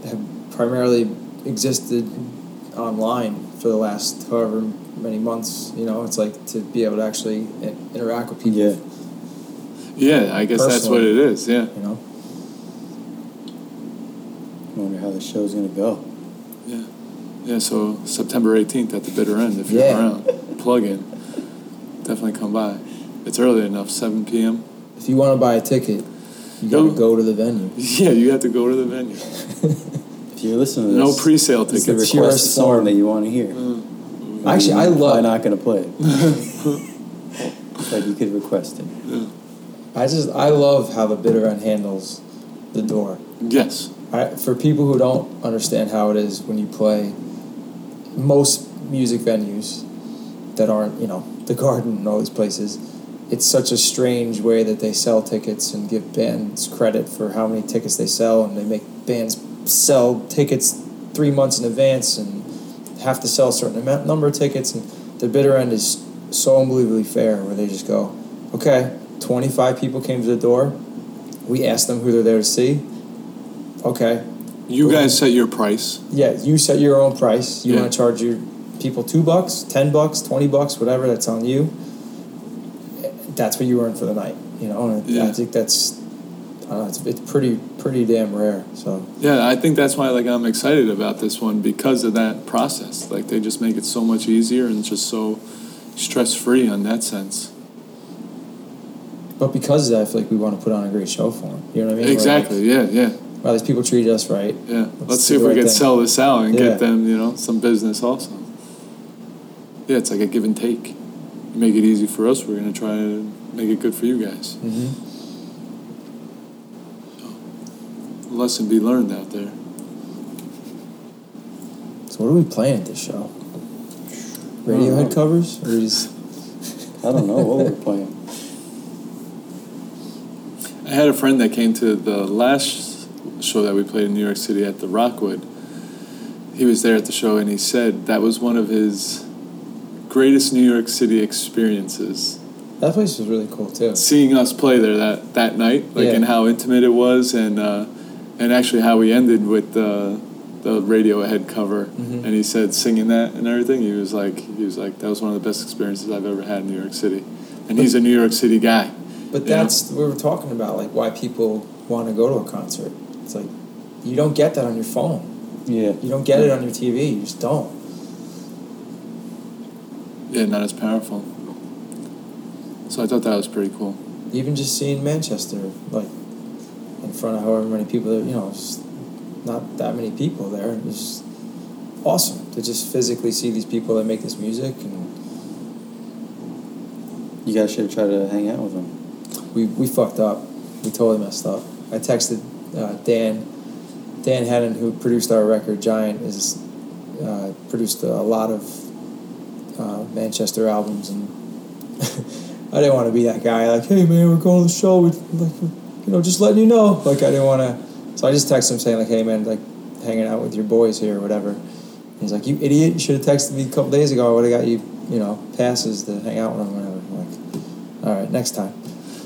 Speaker 3: have primarily existed online for the last however many months. You know, it's like to be able to actually i- interact with people.
Speaker 2: Yeah.
Speaker 4: yeah, I guess that's what
Speaker 3: Personally.
Speaker 4: it is. Yeah,
Speaker 3: You know,
Speaker 2: I wonder how the show's gonna go.
Speaker 4: yeah, yeah. So September 18th at the bitter end, if you're
Speaker 3: Yeah.
Speaker 4: around, plug in. Definitely come by. It's early enough, 7 p.m.
Speaker 3: if you want to buy a ticket, you got to
Speaker 4: Go.
Speaker 3: go to the venue.
Speaker 4: *laughs*
Speaker 3: *laughs*
Speaker 4: Yeah, you have to go to the venue.
Speaker 2: If you're listening to
Speaker 4: No
Speaker 2: this,
Speaker 4: pre-sale
Speaker 2: you can
Speaker 4: tickets. Mm.
Speaker 3: It's your
Speaker 2: request a song
Speaker 3: song.
Speaker 2: that you want to hear.
Speaker 3: Actually, I
Speaker 2: You're
Speaker 3: love.
Speaker 2: probably not
Speaker 3: *laughs*
Speaker 2: gonna play it. like you could request it.
Speaker 3: I just I love how the bitter end handles the door.
Speaker 4: Yes.
Speaker 3: I, for people who don't understand how it is when you play most music venues that aren't, you know, the garden and all these places, it's such a strange way that they sell tickets and give bands credit for how many tickets they sell, and they make bands sell tickets three months in advance and have to sell a certain amount number of tickets. And the bitter end is so unbelievably fair, where they just go, okay, 25 people came to the door. We asked them who they're there to see. Okay,
Speaker 4: You guys set your price.
Speaker 3: yeah, you set your own price. You
Speaker 4: Yeah.
Speaker 3: want to charge your people two bucks, ten bucks, twenty bucks, whatever. That's on you. That's what you earn for the night, you know. And
Speaker 4: Yeah.
Speaker 3: I think that's, I don't know, it's, it's pretty pretty damn rare. So
Speaker 4: Yeah, I think that's why like I'm excited about this one because of that process. Like they just make it so much easier and just so stress free on that sense.
Speaker 3: but because of that, I feel like we want to put on a great show for them. You know what I mean? We're
Speaker 4: exactly.
Speaker 3: like,
Speaker 4: yeah, yeah,
Speaker 3: wow, these people treated us right.
Speaker 4: yeah. Let's, see
Speaker 3: do
Speaker 4: if
Speaker 3: the
Speaker 4: we
Speaker 3: right
Speaker 4: can
Speaker 3: thing.
Speaker 4: sell this out and
Speaker 3: Yeah.
Speaker 4: get them, you know, some business also. Yeah, it's like a give and take. You make it easy for us. We're gonna try to make it good for you guys.
Speaker 3: Mm-hmm.
Speaker 4: Lesson be learned out there.
Speaker 3: So what are we playing at this show? Radiohead covers or just
Speaker 2: Uh, I don't know what we're playing.
Speaker 4: I had a friend that came to the last show that we played in New York City at the Rockwood. He was there at the show and he said that was one of his greatest New York City experiences.
Speaker 3: that place was really cool too.
Speaker 4: Seeing us play there that, that night, like
Speaker 3: Yeah.
Speaker 4: and how intimate it was, and uh, and actually how we ended with the the Radiohead cover.
Speaker 3: Mhm.
Speaker 4: And he said singing that and everything. He was like he was like that was one of the best experiences I've ever had in New York City. And he's a New York City guy.
Speaker 3: But
Speaker 4: Yeah.
Speaker 3: that's we were talking about like why people want to go to a concert. It's like you don't get that on your phone.
Speaker 2: Yeah.
Speaker 3: You don't get it on your TV. You just don't.
Speaker 4: Yeah, not as powerful. So I thought that was pretty cool.
Speaker 3: Even just seeing Manchester like in front of however many people there, you know, it's not that many people there. It's just awesome to just physically see these people that make this music and
Speaker 2: You guys should try to hang out with them.
Speaker 3: we we fucked up. We totally messed up. I texted uh, Dan. Dan Hennon, who produced our record, Giant, is uh, produced a lot of uh, Manchester albums, and *laughs* I didn't want to be that guy. Like, hey man, we're going to the show. We like, you know, just letting you know. Like, I didn't want to. So I just texted him saying like, hey man, like, hanging out with your boys here or whatever. And he's like, you idiot! You should have texted me a couple days ago. I would have got you, you know, passes to hang out with him. Whatever. I'm like, all right, next time.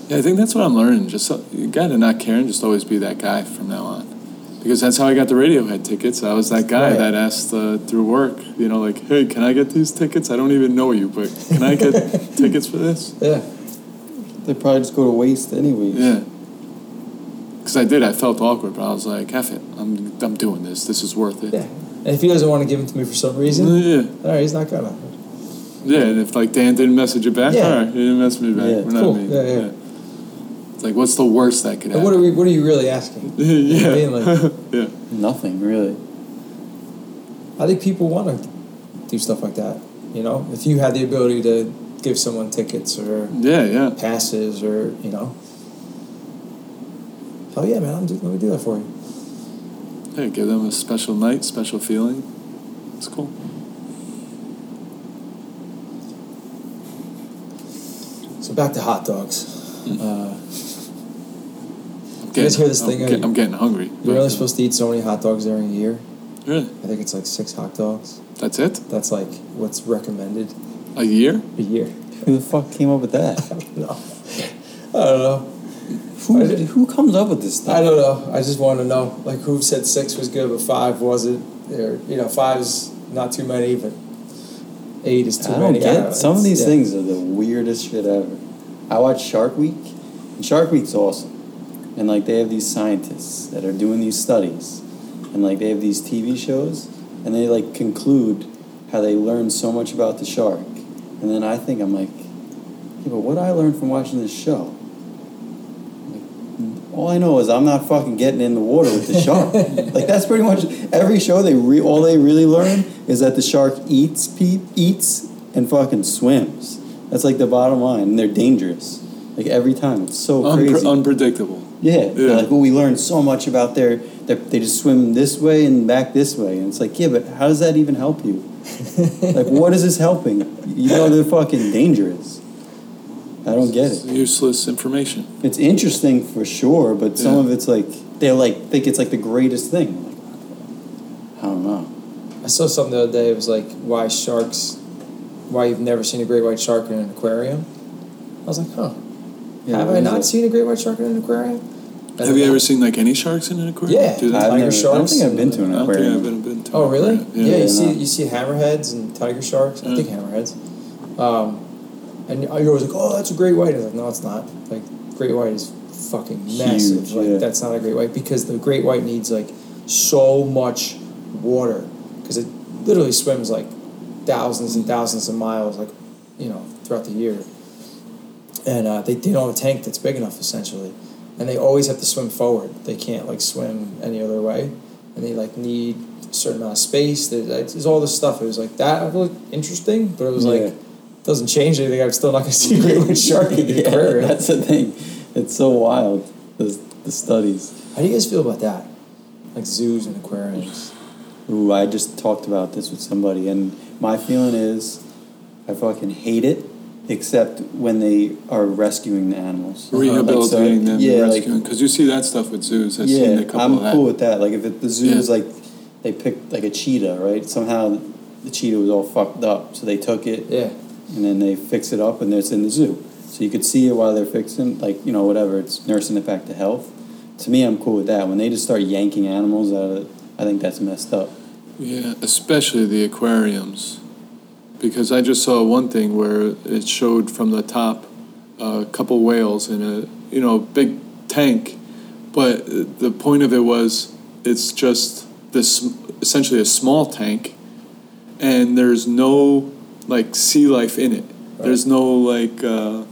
Speaker 4: Yeah, I think that's what I'm learning. Just so, you gotta not care and just always be that guy from now on, because that's how I got the Radiohead tickets. I was that guy
Speaker 3: Right.
Speaker 4: that asked uh, through work, you know, like, hey, can I get these tickets? I don't even know you, but can I get
Speaker 3: *laughs*
Speaker 4: tickets for this?
Speaker 3: Yeah.
Speaker 2: They probably just go to waste anyways.
Speaker 4: Yeah. Because I did. I felt awkward, but I was like, F it. I'm I'm doing this. This is worth it.
Speaker 3: Yeah. And if he doesn't want to give them to me for some reason,
Speaker 4: Yeah,
Speaker 3: all right, he's not gonna.
Speaker 4: yeah, and if like Dan didn't message you back,
Speaker 3: Yeah.
Speaker 4: all right, he didn't message me back.
Speaker 2: Yeah.
Speaker 4: We're not
Speaker 3: Cool.
Speaker 4: mean.
Speaker 3: Yeah, yeah.
Speaker 4: It's like, what's the worst that could
Speaker 3: And
Speaker 4: happen?
Speaker 3: what are we? What are you really asking?
Speaker 4: *laughs* yeah.
Speaker 3: Being like-
Speaker 4: yeah.
Speaker 2: Nothing really.
Speaker 3: I think people want to do stuff like that. You know, if you had the ability to give someone tickets or
Speaker 4: Yeah, yeah.
Speaker 3: passes or you know, oh yeah, man, I'm just, let me do that for you.
Speaker 4: Hey, give them a special night, special feeling. It's cool.
Speaker 3: So back to hot dogs. Uh,
Speaker 4: I'm
Speaker 3: guys hear this
Speaker 4: I'm
Speaker 3: thing,
Speaker 4: get-
Speaker 3: uh,
Speaker 4: I'm getting hungry.
Speaker 3: you're only
Speaker 4: but-
Speaker 3: supposed to eat so many hot dogs during a year.
Speaker 4: Really?
Speaker 3: I think it's like six hot dogs.
Speaker 4: That's it?
Speaker 3: That's like what's recommended
Speaker 4: A year?
Speaker 3: a year. *laughs*
Speaker 2: Who the fuck came up with that?
Speaker 3: no, I don't know.
Speaker 2: Who who comes up with this stuff?
Speaker 3: I don't know. I just want to know, like, who said six was good, but five wasn't? Or you know, five's not too many, but eight is too
Speaker 2: I don't
Speaker 3: many.
Speaker 2: get
Speaker 3: know.
Speaker 2: some of
Speaker 3: It's-
Speaker 2: these
Speaker 3: yeah.
Speaker 2: things are the weirdest shit ever. I watch Shark Week, and Shark Week's awesome. And like they have these scientists that are doing these studies, and like they have these TV shows, and they like conclude how they learn so much about the shark. And then I think I'm like, yeah, but what I learned from watching this show. Like, All I know is I'm not fucking getting in the water with the shark. like that's pretty much every show. They re- all they really learn is that the shark eats pe- eats and fucking swims. That's like the bottom line. And they're dangerous. Like every time, it's so
Speaker 4: Unpre-
Speaker 2: Oh, crazy.
Speaker 4: unpredictable.
Speaker 2: yeah,
Speaker 4: Yeah.
Speaker 2: They're like well, we learned so much about their, their. They just swim this way and back this way, and it's like, yeah, but how does that even help you?
Speaker 3: *laughs*
Speaker 2: like, what is this helping? You know they're fucking dangerous. I don't get it.
Speaker 4: It's useless information.
Speaker 2: It's interesting for sure, but some
Speaker 4: Yeah.
Speaker 2: of it's like they like think it's like the greatest thing. I'm like, I don't know.
Speaker 3: I saw something the other day. It was like why sharks, why you've never seen a great white shark in an aquarium. I was like, huh? Have
Speaker 2: what
Speaker 3: I
Speaker 2: is
Speaker 3: not
Speaker 2: it?
Speaker 3: seen a great white shark in an aquarium? I
Speaker 4: Have you
Speaker 3: don't
Speaker 4: ever
Speaker 3: know.
Speaker 4: seen like any sharks in an aquarium?
Speaker 3: Yeah.
Speaker 4: Do they?
Speaker 3: I've
Speaker 4: I
Speaker 3: tiger
Speaker 2: never- I don't
Speaker 3: sharks?
Speaker 2: think I've been to an
Speaker 4: don't think
Speaker 2: *laughs*
Speaker 4: I've
Speaker 2: aquarium.
Speaker 4: been, been to
Speaker 3: Oh
Speaker 4: an
Speaker 3: really?
Speaker 4: aquarium.
Speaker 3: Yeah,
Speaker 2: Yeah, Mm.
Speaker 3: you see
Speaker 2: no.
Speaker 3: you see hammerheads and tiger sharks. I
Speaker 4: Yeah.
Speaker 3: think hammerheads. Um, and you're always like, oh, that's a great white. I was like, no, it's not. Like great white is fucking massive.
Speaker 2: Huge,
Speaker 3: like
Speaker 2: yeah.
Speaker 3: that's not a great white because the great white needs like so much water because it literally swims like thousands and thousands of miles, like you know, throughout the year. And uh, they they don't have a tank that's big enough essentially, and they always have to swim forward. They can't like swim any other way, and they like need a certain amount of space. There's, there's all this stuff. It was like that. I was like interesting, but it was
Speaker 2: Yeah.
Speaker 3: like doesn't change anything. I'm still not gonna *laughs* see a great white shark in the aquarium.
Speaker 2: that's the thing. It's so wild. The, the studies.
Speaker 3: How do you guys feel about that? Like zoos and aquariums.
Speaker 2: Ooh, I just talked about this with somebody, and my feeling is, I fucking hate it, except when they are rescuing the animals,
Speaker 4: Rehabilitating them,
Speaker 2: Yeah,
Speaker 4: yeah,
Speaker 2: like-
Speaker 4: rescuing. Because you see that stuff with zoos. I've seen a
Speaker 2: yeah,
Speaker 4: couple
Speaker 2: I'm
Speaker 4: of that.
Speaker 2: cool with that. Like if it, the zoo
Speaker 4: Yeah.
Speaker 2: is like, they picked like a cheetah, right? Somehow the cheetah was all fucked up, so they took it
Speaker 3: Yeah.
Speaker 2: and then they fix it up and it's in the zoo. So you could see it while they're fixing, like you know, whatever. It's nursing it back to health. To me, I'm cool with that. When they just start yanking animals out of, I think that's messed up.
Speaker 4: Yeah, especially the aquariums. Because I just saw one thing where it showed from the top uh, a couple whales in a you know big tank, but the point of it was it's just this essentially a small tank, and there's no like sea life in it. There's no like uh,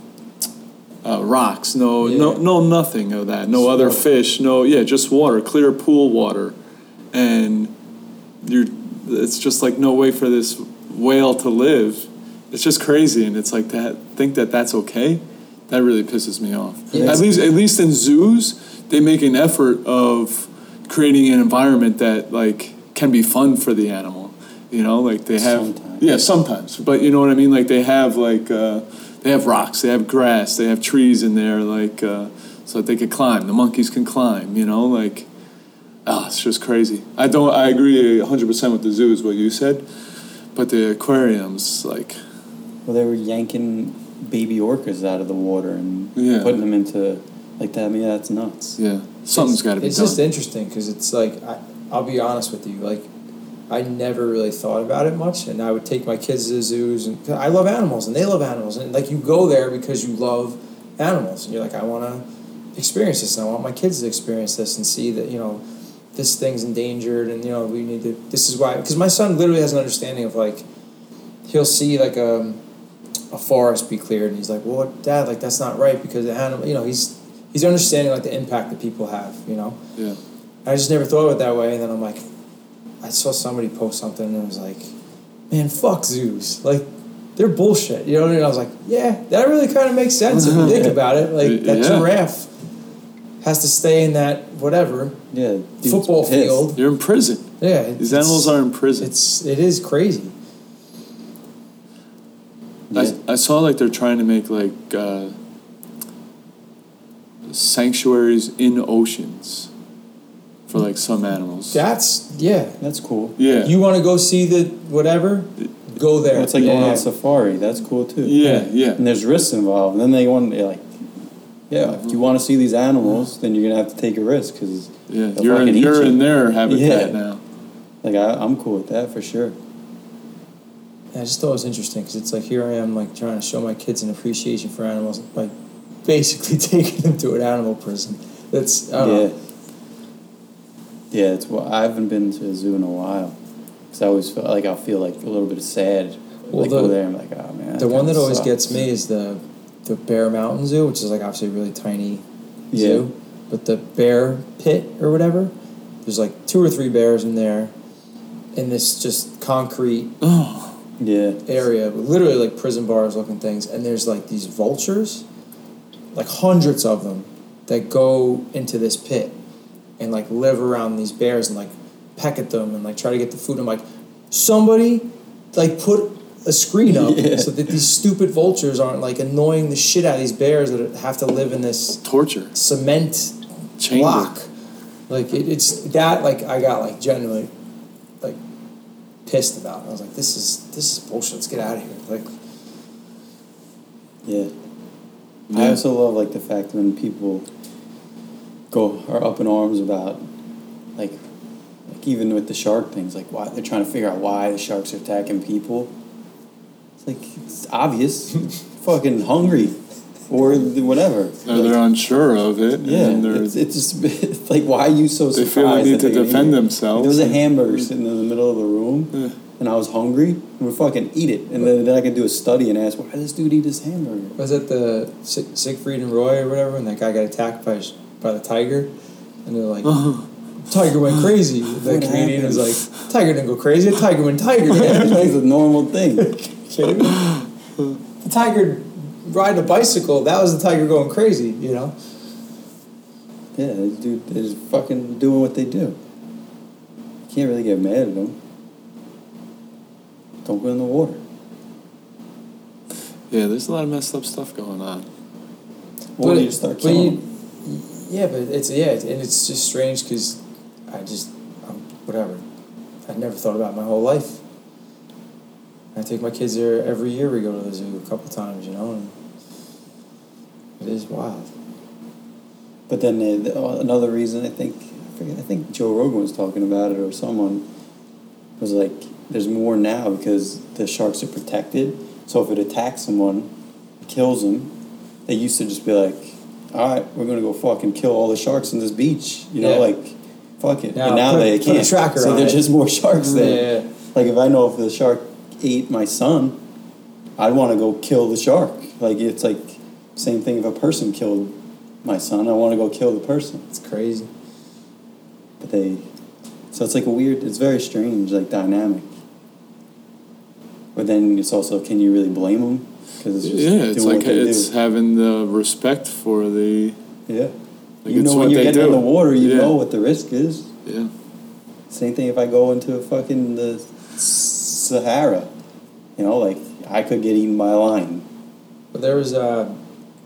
Speaker 4: uh, rocks, no no
Speaker 3: Yeah.
Speaker 4: no nothing of that. No
Speaker 3: Just
Speaker 4: other
Speaker 3: water.
Speaker 4: fish, no yeah, just water, clear pool water, and you're it's just like no way for this whale to live it's just crazy and it's like that think that that's okay that really pisses me off
Speaker 3: Yeah.
Speaker 4: at least at least in zoos they make an effort of creating an environment that like can be fun for the animal you know like they have
Speaker 2: Sometimes.
Speaker 4: yeah sometimes but you know what i mean like they have like uh, they have rocks they have grass they have trees in there like uh, so that they could climb the monkeys can climb you know like Ah, it's just crazy. I don't. I agree 100 percent with the zoo is what you said, but the aquariums, like,
Speaker 2: Well, they were yanking baby orcas out of the water and
Speaker 4: Yeah.
Speaker 2: putting them into like that. I mean, that's nuts.
Speaker 4: yeah, something's
Speaker 3: It's-
Speaker 4: got to be
Speaker 3: It's
Speaker 4: done.
Speaker 3: just interesting because it's like I, I'll be honest with you, like I never really thought about it much, and I would take my kids to the zoos, and 'cause I love animals, and they love animals, and like you go there because you love animals, and you're like I want to experience this, and I want my kids to experience this, and see that you know this thing's endangered, and you know we need to. This is why because my son literally has an understanding of like he'll see like um, a a forest be cleared, and he's like, "Well, Dad, like that's not right because the animal, you know, he's he's understanding like the impact that people have, you know."
Speaker 4: yeah,
Speaker 3: I just never thought of it that way. And then I'm like, I saw somebody post something and I was like, man, fuck zoos. Like, they're bullshit. You know what I mean? I was like, yeah, that really kind of makes sense if
Speaker 4: *laughs*
Speaker 3: you think about it. Like, that
Speaker 4: Yeah.
Speaker 3: giraffe has to stay in that whatever
Speaker 2: Yeah, dude's
Speaker 3: football
Speaker 2: pissed.
Speaker 3: field.
Speaker 4: you're in prison.
Speaker 3: Yeah. it-
Speaker 4: These animals
Speaker 3: it's-
Speaker 4: are in prison.
Speaker 3: It's, it is crazy.
Speaker 2: Yeah.
Speaker 4: I, I saw like they're trying to make like uh, sanctuaries in oceans for like some animals.
Speaker 3: That's, yeah.
Speaker 2: That's cool.
Speaker 4: yeah,
Speaker 3: You want to go see the whatever? Go there.
Speaker 2: Well, it's like going
Speaker 3: Yeah.
Speaker 2: on safari. That's cool too.
Speaker 4: yeah, yeah.
Speaker 2: And there's risks involved. And then they want they're like, yeah, if you want to see these animals, then you're gonna have to take a risk because
Speaker 4: Yeah, you're in, you're in their habitat
Speaker 2: Yeah.
Speaker 4: now.
Speaker 2: Like I, I'm cool with that for sure.
Speaker 3: I just thought it was interesting because it's like here I am, like trying to show my kids an appreciation for animals by basically *laughs* taking them to an animal prison. That's I don't
Speaker 2: yeah.
Speaker 3: know.
Speaker 2: Yeah, it's well, I haven't been to a zoo in a while because I always feel like I feel like a little bit sad.
Speaker 3: Well,
Speaker 2: like, go
Speaker 3: the-
Speaker 2: there, I'm like, oh man.
Speaker 3: the one that
Speaker 2: kinda
Speaker 3: always
Speaker 2: sucks."
Speaker 3: gets me is the the Bear Mountain Zoo, which is like obviously a really tiny
Speaker 2: Yeah.
Speaker 3: zoo, but the bear pit or whatever, there's like two or three bears in there, in this just concrete
Speaker 4: Oh,
Speaker 2: Yeah,
Speaker 3: area, with literally like prison bars looking things, and there's like these vultures, like hundreds of them, that go into this pit and like live around these bears and like peck at them and like try to get the food. I'm like, somebody like put a screen up
Speaker 2: Yeah.
Speaker 3: so that these stupid vultures aren't like annoying the shit out of these bears that have to live in this
Speaker 4: torture
Speaker 3: cement
Speaker 4: chamber.
Speaker 3: block. Like it, it's that like I got like genuinely like pissed about. I was like, this is this is bullshit. Let's get out of here. Like
Speaker 2: yeah. I
Speaker 4: Yeah.
Speaker 2: also love like the fact when people go are up in arms about like like even with the shark things, like why they're trying to figure out why the sharks are
Speaker 4: *laughs*
Speaker 2: attacking people. It's like it's obvious. Fucking hungry. or the whatever.
Speaker 4: Or Uh, they're unsure of it.
Speaker 2: Yeah,
Speaker 4: And then they're,
Speaker 2: it's, it's just it's like why are you so
Speaker 4: they
Speaker 2: surprised?
Speaker 4: feel the need
Speaker 2: that
Speaker 4: to
Speaker 2: they're gonna
Speaker 4: defend
Speaker 2: eat it?
Speaker 4: themselves.
Speaker 2: There was a hamburger sitting in the middle of the room,
Speaker 4: Yeah.
Speaker 2: and I was hungry. And we fucking eat it, and then, then I could do a study and ask why does this dude eat this hamburger?
Speaker 3: Was it the Sig- Siegfried and Roy or whatever? And that guy got attacked by sh- by the tiger, and they're like, "Tiger went crazy." The
Speaker 2: Uh-huh. What
Speaker 3: comedian was
Speaker 2: happened?
Speaker 3: like, "Tiger didn't go crazy. The tiger went tiger."
Speaker 2: *laughs*
Speaker 3: *laughs*
Speaker 2: Everything's a normal thing.
Speaker 3: Kidding me? The tiger riding a bicycle. That was the tiger going crazy. You know.
Speaker 2: Yeah, this dude is fucking doing what they do. You can't really get mad at them. Don't go in the water.
Speaker 4: yeah, there's a lot of messed up stuff going on.
Speaker 2: Or
Speaker 3: But-
Speaker 2: you just start
Speaker 3: but
Speaker 2: killing
Speaker 3: you-
Speaker 2: them.
Speaker 3: Yeah, but it's yeah, it's- and it's just strange because I just um, whatever. I never thought about it my whole life. I take my kids there every year. We go to the zoo a couple times, you know. And it is wild.
Speaker 2: But then they, the- oh, another reason I think I forget I think Joe Rogan was talking about it or someone was like, "There's more now because the sharks are protected. So if it attacks someone, kills them, they used to just be like, all right, we're gonna go fucking kill all the sharks in this beach. You know,
Speaker 3: Yeah.
Speaker 2: like." Fuck it.
Speaker 3: Now,
Speaker 2: and now
Speaker 3: put-
Speaker 2: they
Speaker 3: put a
Speaker 2: can't.
Speaker 3: tracker
Speaker 2: so
Speaker 3: on
Speaker 2: there's
Speaker 3: it.
Speaker 2: just more sharks there.
Speaker 3: Yeah.
Speaker 2: Like if I know if the shark ate my son, I'd want to go kill the shark. Like it's like same thing if a person killed my son, I want to go kill the person.
Speaker 3: It's crazy.
Speaker 2: But they, so it's like a weird, it's very strange, like dynamic. But then it's also, can you really blame them? Because it's just
Speaker 4: yeah, it's
Speaker 2: doing
Speaker 4: like
Speaker 2: what they
Speaker 4: it's
Speaker 2: do.
Speaker 4: having the respect for the.
Speaker 2: yeah.
Speaker 4: Like
Speaker 2: you
Speaker 4: it's
Speaker 2: know
Speaker 4: what
Speaker 2: when you're
Speaker 4: they
Speaker 2: getting in
Speaker 4: do.
Speaker 2: the water, you
Speaker 4: Yeah.
Speaker 2: know what the risk is.
Speaker 4: Yeah.
Speaker 2: Same thing if I go into a fucking the Sahara, you know, like I could get eaten by a lion.
Speaker 3: But there was a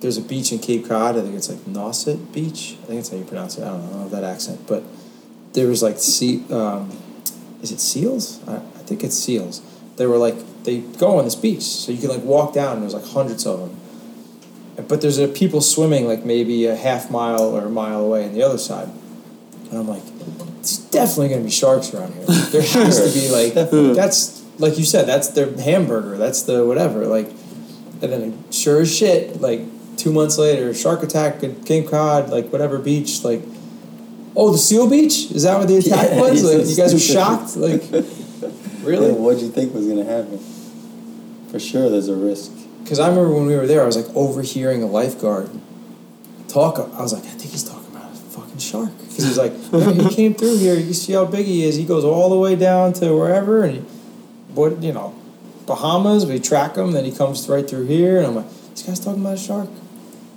Speaker 3: there's a beach in Cape Cod. I think it's like Nauset Beach. I think that's how you pronounce it. I don't know, I don't have that accent, but there was like sea. Um, is it seals? I, I think it's seals. They were like they go on this beach, so you can like walk down. and There's like hundreds of them. But there's uh, people swimming like maybe a half mile or a mile away on the other side, and I'm like, there's definitely gonna be sharks around here. There has to be like
Speaker 2: Definitely.
Speaker 3: that's like you said that's their hamburger. That's the whatever like. And then, sure as shit, like two months later, shark attack at Cape Cod, like whatever beach, like, oh, the seal beach? Is that what the attack
Speaker 2: *laughs* Yeah,
Speaker 3: was?
Speaker 2: he's
Speaker 3: Like,
Speaker 2: so
Speaker 3: you guys were
Speaker 2: stupid.
Speaker 3: shocked?
Speaker 2: *laughs*
Speaker 3: Like,
Speaker 2: Yeah,
Speaker 3: really?
Speaker 2: what'd you think was gonna happen? For sure, there's a risk.
Speaker 3: Because I remember when we were there, I was like overhearing a lifeguard talk. I was like, I think he's talking about a fucking shark. Because he's like, "Yeah, he came through here. You see how big he is. He goes all the way down to wherever, and he, what you know, Bahamas. We track him. Then he comes right through here, and I'm like, this guy's talking about a shark.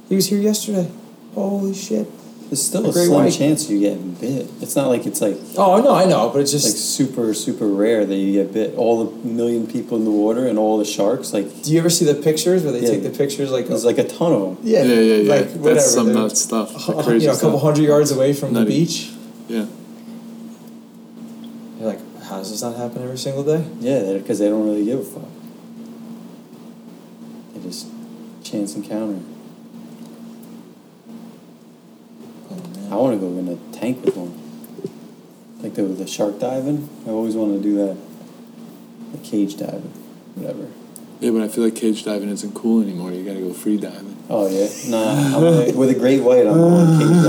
Speaker 3: He was here yesterday. Holy shit!
Speaker 2: There's still
Speaker 3: A
Speaker 2: a,
Speaker 3: great
Speaker 2: slim
Speaker 3: white.
Speaker 2: chance you get bit. It's not like it's like
Speaker 3: Oh no, I know, but it's
Speaker 2: like
Speaker 3: just.
Speaker 2: super super rare that you get bit. All the million people in the water and all the sharks, like
Speaker 3: do you ever see the pictures where they
Speaker 2: Yeah.
Speaker 3: take the pictures like?
Speaker 2: there's like a ton of them.
Speaker 4: Yeah, yeah, yeah.
Speaker 3: Like
Speaker 4: That's
Speaker 3: whatever.
Speaker 4: some
Speaker 3: they're-
Speaker 4: nuts
Speaker 3: *laughs*
Speaker 4: stuff. the
Speaker 3: you
Speaker 4: crazy
Speaker 3: know, a couple
Speaker 4: stuff.
Speaker 3: hundred yards away from the
Speaker 4: Nutty.
Speaker 3: beach.
Speaker 4: Yeah.
Speaker 3: You're like, how does this not happen every single day?
Speaker 2: Yeah, because they don't really give a fuck. They just chance encounter.
Speaker 3: Oh, man.
Speaker 2: I want to go in a tank with one. Like the, the shark diving. I always wanted to do that. The cage diving, whatever.
Speaker 4: Yeah, but I feel like cage diving isn't cool anymore. You gotta go free diving.
Speaker 2: Oh yeah, nah. I'm like, with a great white, I'm going cage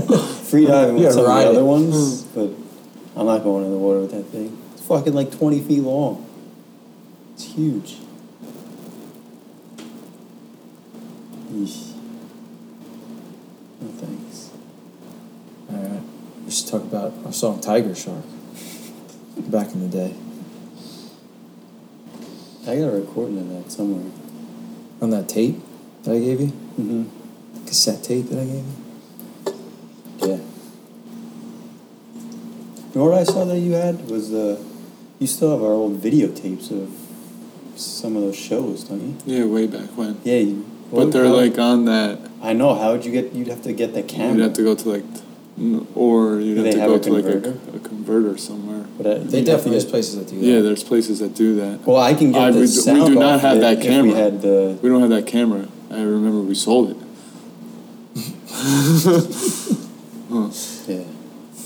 Speaker 2: diving. *laughs* Free diving
Speaker 3: Yeah,
Speaker 2: with some of the
Speaker 3: ride it. Hmm.
Speaker 2: other ones, but I'm not going in the water with that thing. It's fucking like 20 feet long. It's huge. Yeesh. No thanks.
Speaker 3: All right. We should talk about our song Tiger Shark back in the day
Speaker 2: I got a recording of that somewhere.
Speaker 3: on that tape that I gave you,
Speaker 2: Mm-hmm.
Speaker 3: cassette tape that I gave you.
Speaker 2: Yeah. You know what I saw that you had was uh, you still have our old videotapes of some of those shows, don't you?
Speaker 4: Yeah, way back when.
Speaker 2: Yeah. You,
Speaker 4: But they're
Speaker 2: how-
Speaker 4: like on that.
Speaker 2: I know. How would you get? You'd have to get the camera.
Speaker 4: You'd have to go to like, n- or you'd
Speaker 2: Do
Speaker 4: have
Speaker 2: they
Speaker 4: to
Speaker 2: have
Speaker 4: go
Speaker 2: a
Speaker 4: to like a,
Speaker 2: converter?
Speaker 4: a converter somewhere.
Speaker 2: But I,
Speaker 3: They
Speaker 2: you'd have to
Speaker 3: definitely there's
Speaker 2: get-
Speaker 3: places that do that.
Speaker 4: Yeah, there's places that do that.
Speaker 2: Well, I can get
Speaker 4: I-
Speaker 2: the
Speaker 4: we do- we
Speaker 2: sound.
Speaker 4: do not
Speaker 2: off
Speaker 4: have
Speaker 2: it
Speaker 4: that
Speaker 2: if
Speaker 4: camera.
Speaker 2: We had the.
Speaker 4: We don't have that camera. I remember we sold it.
Speaker 2: Yeah.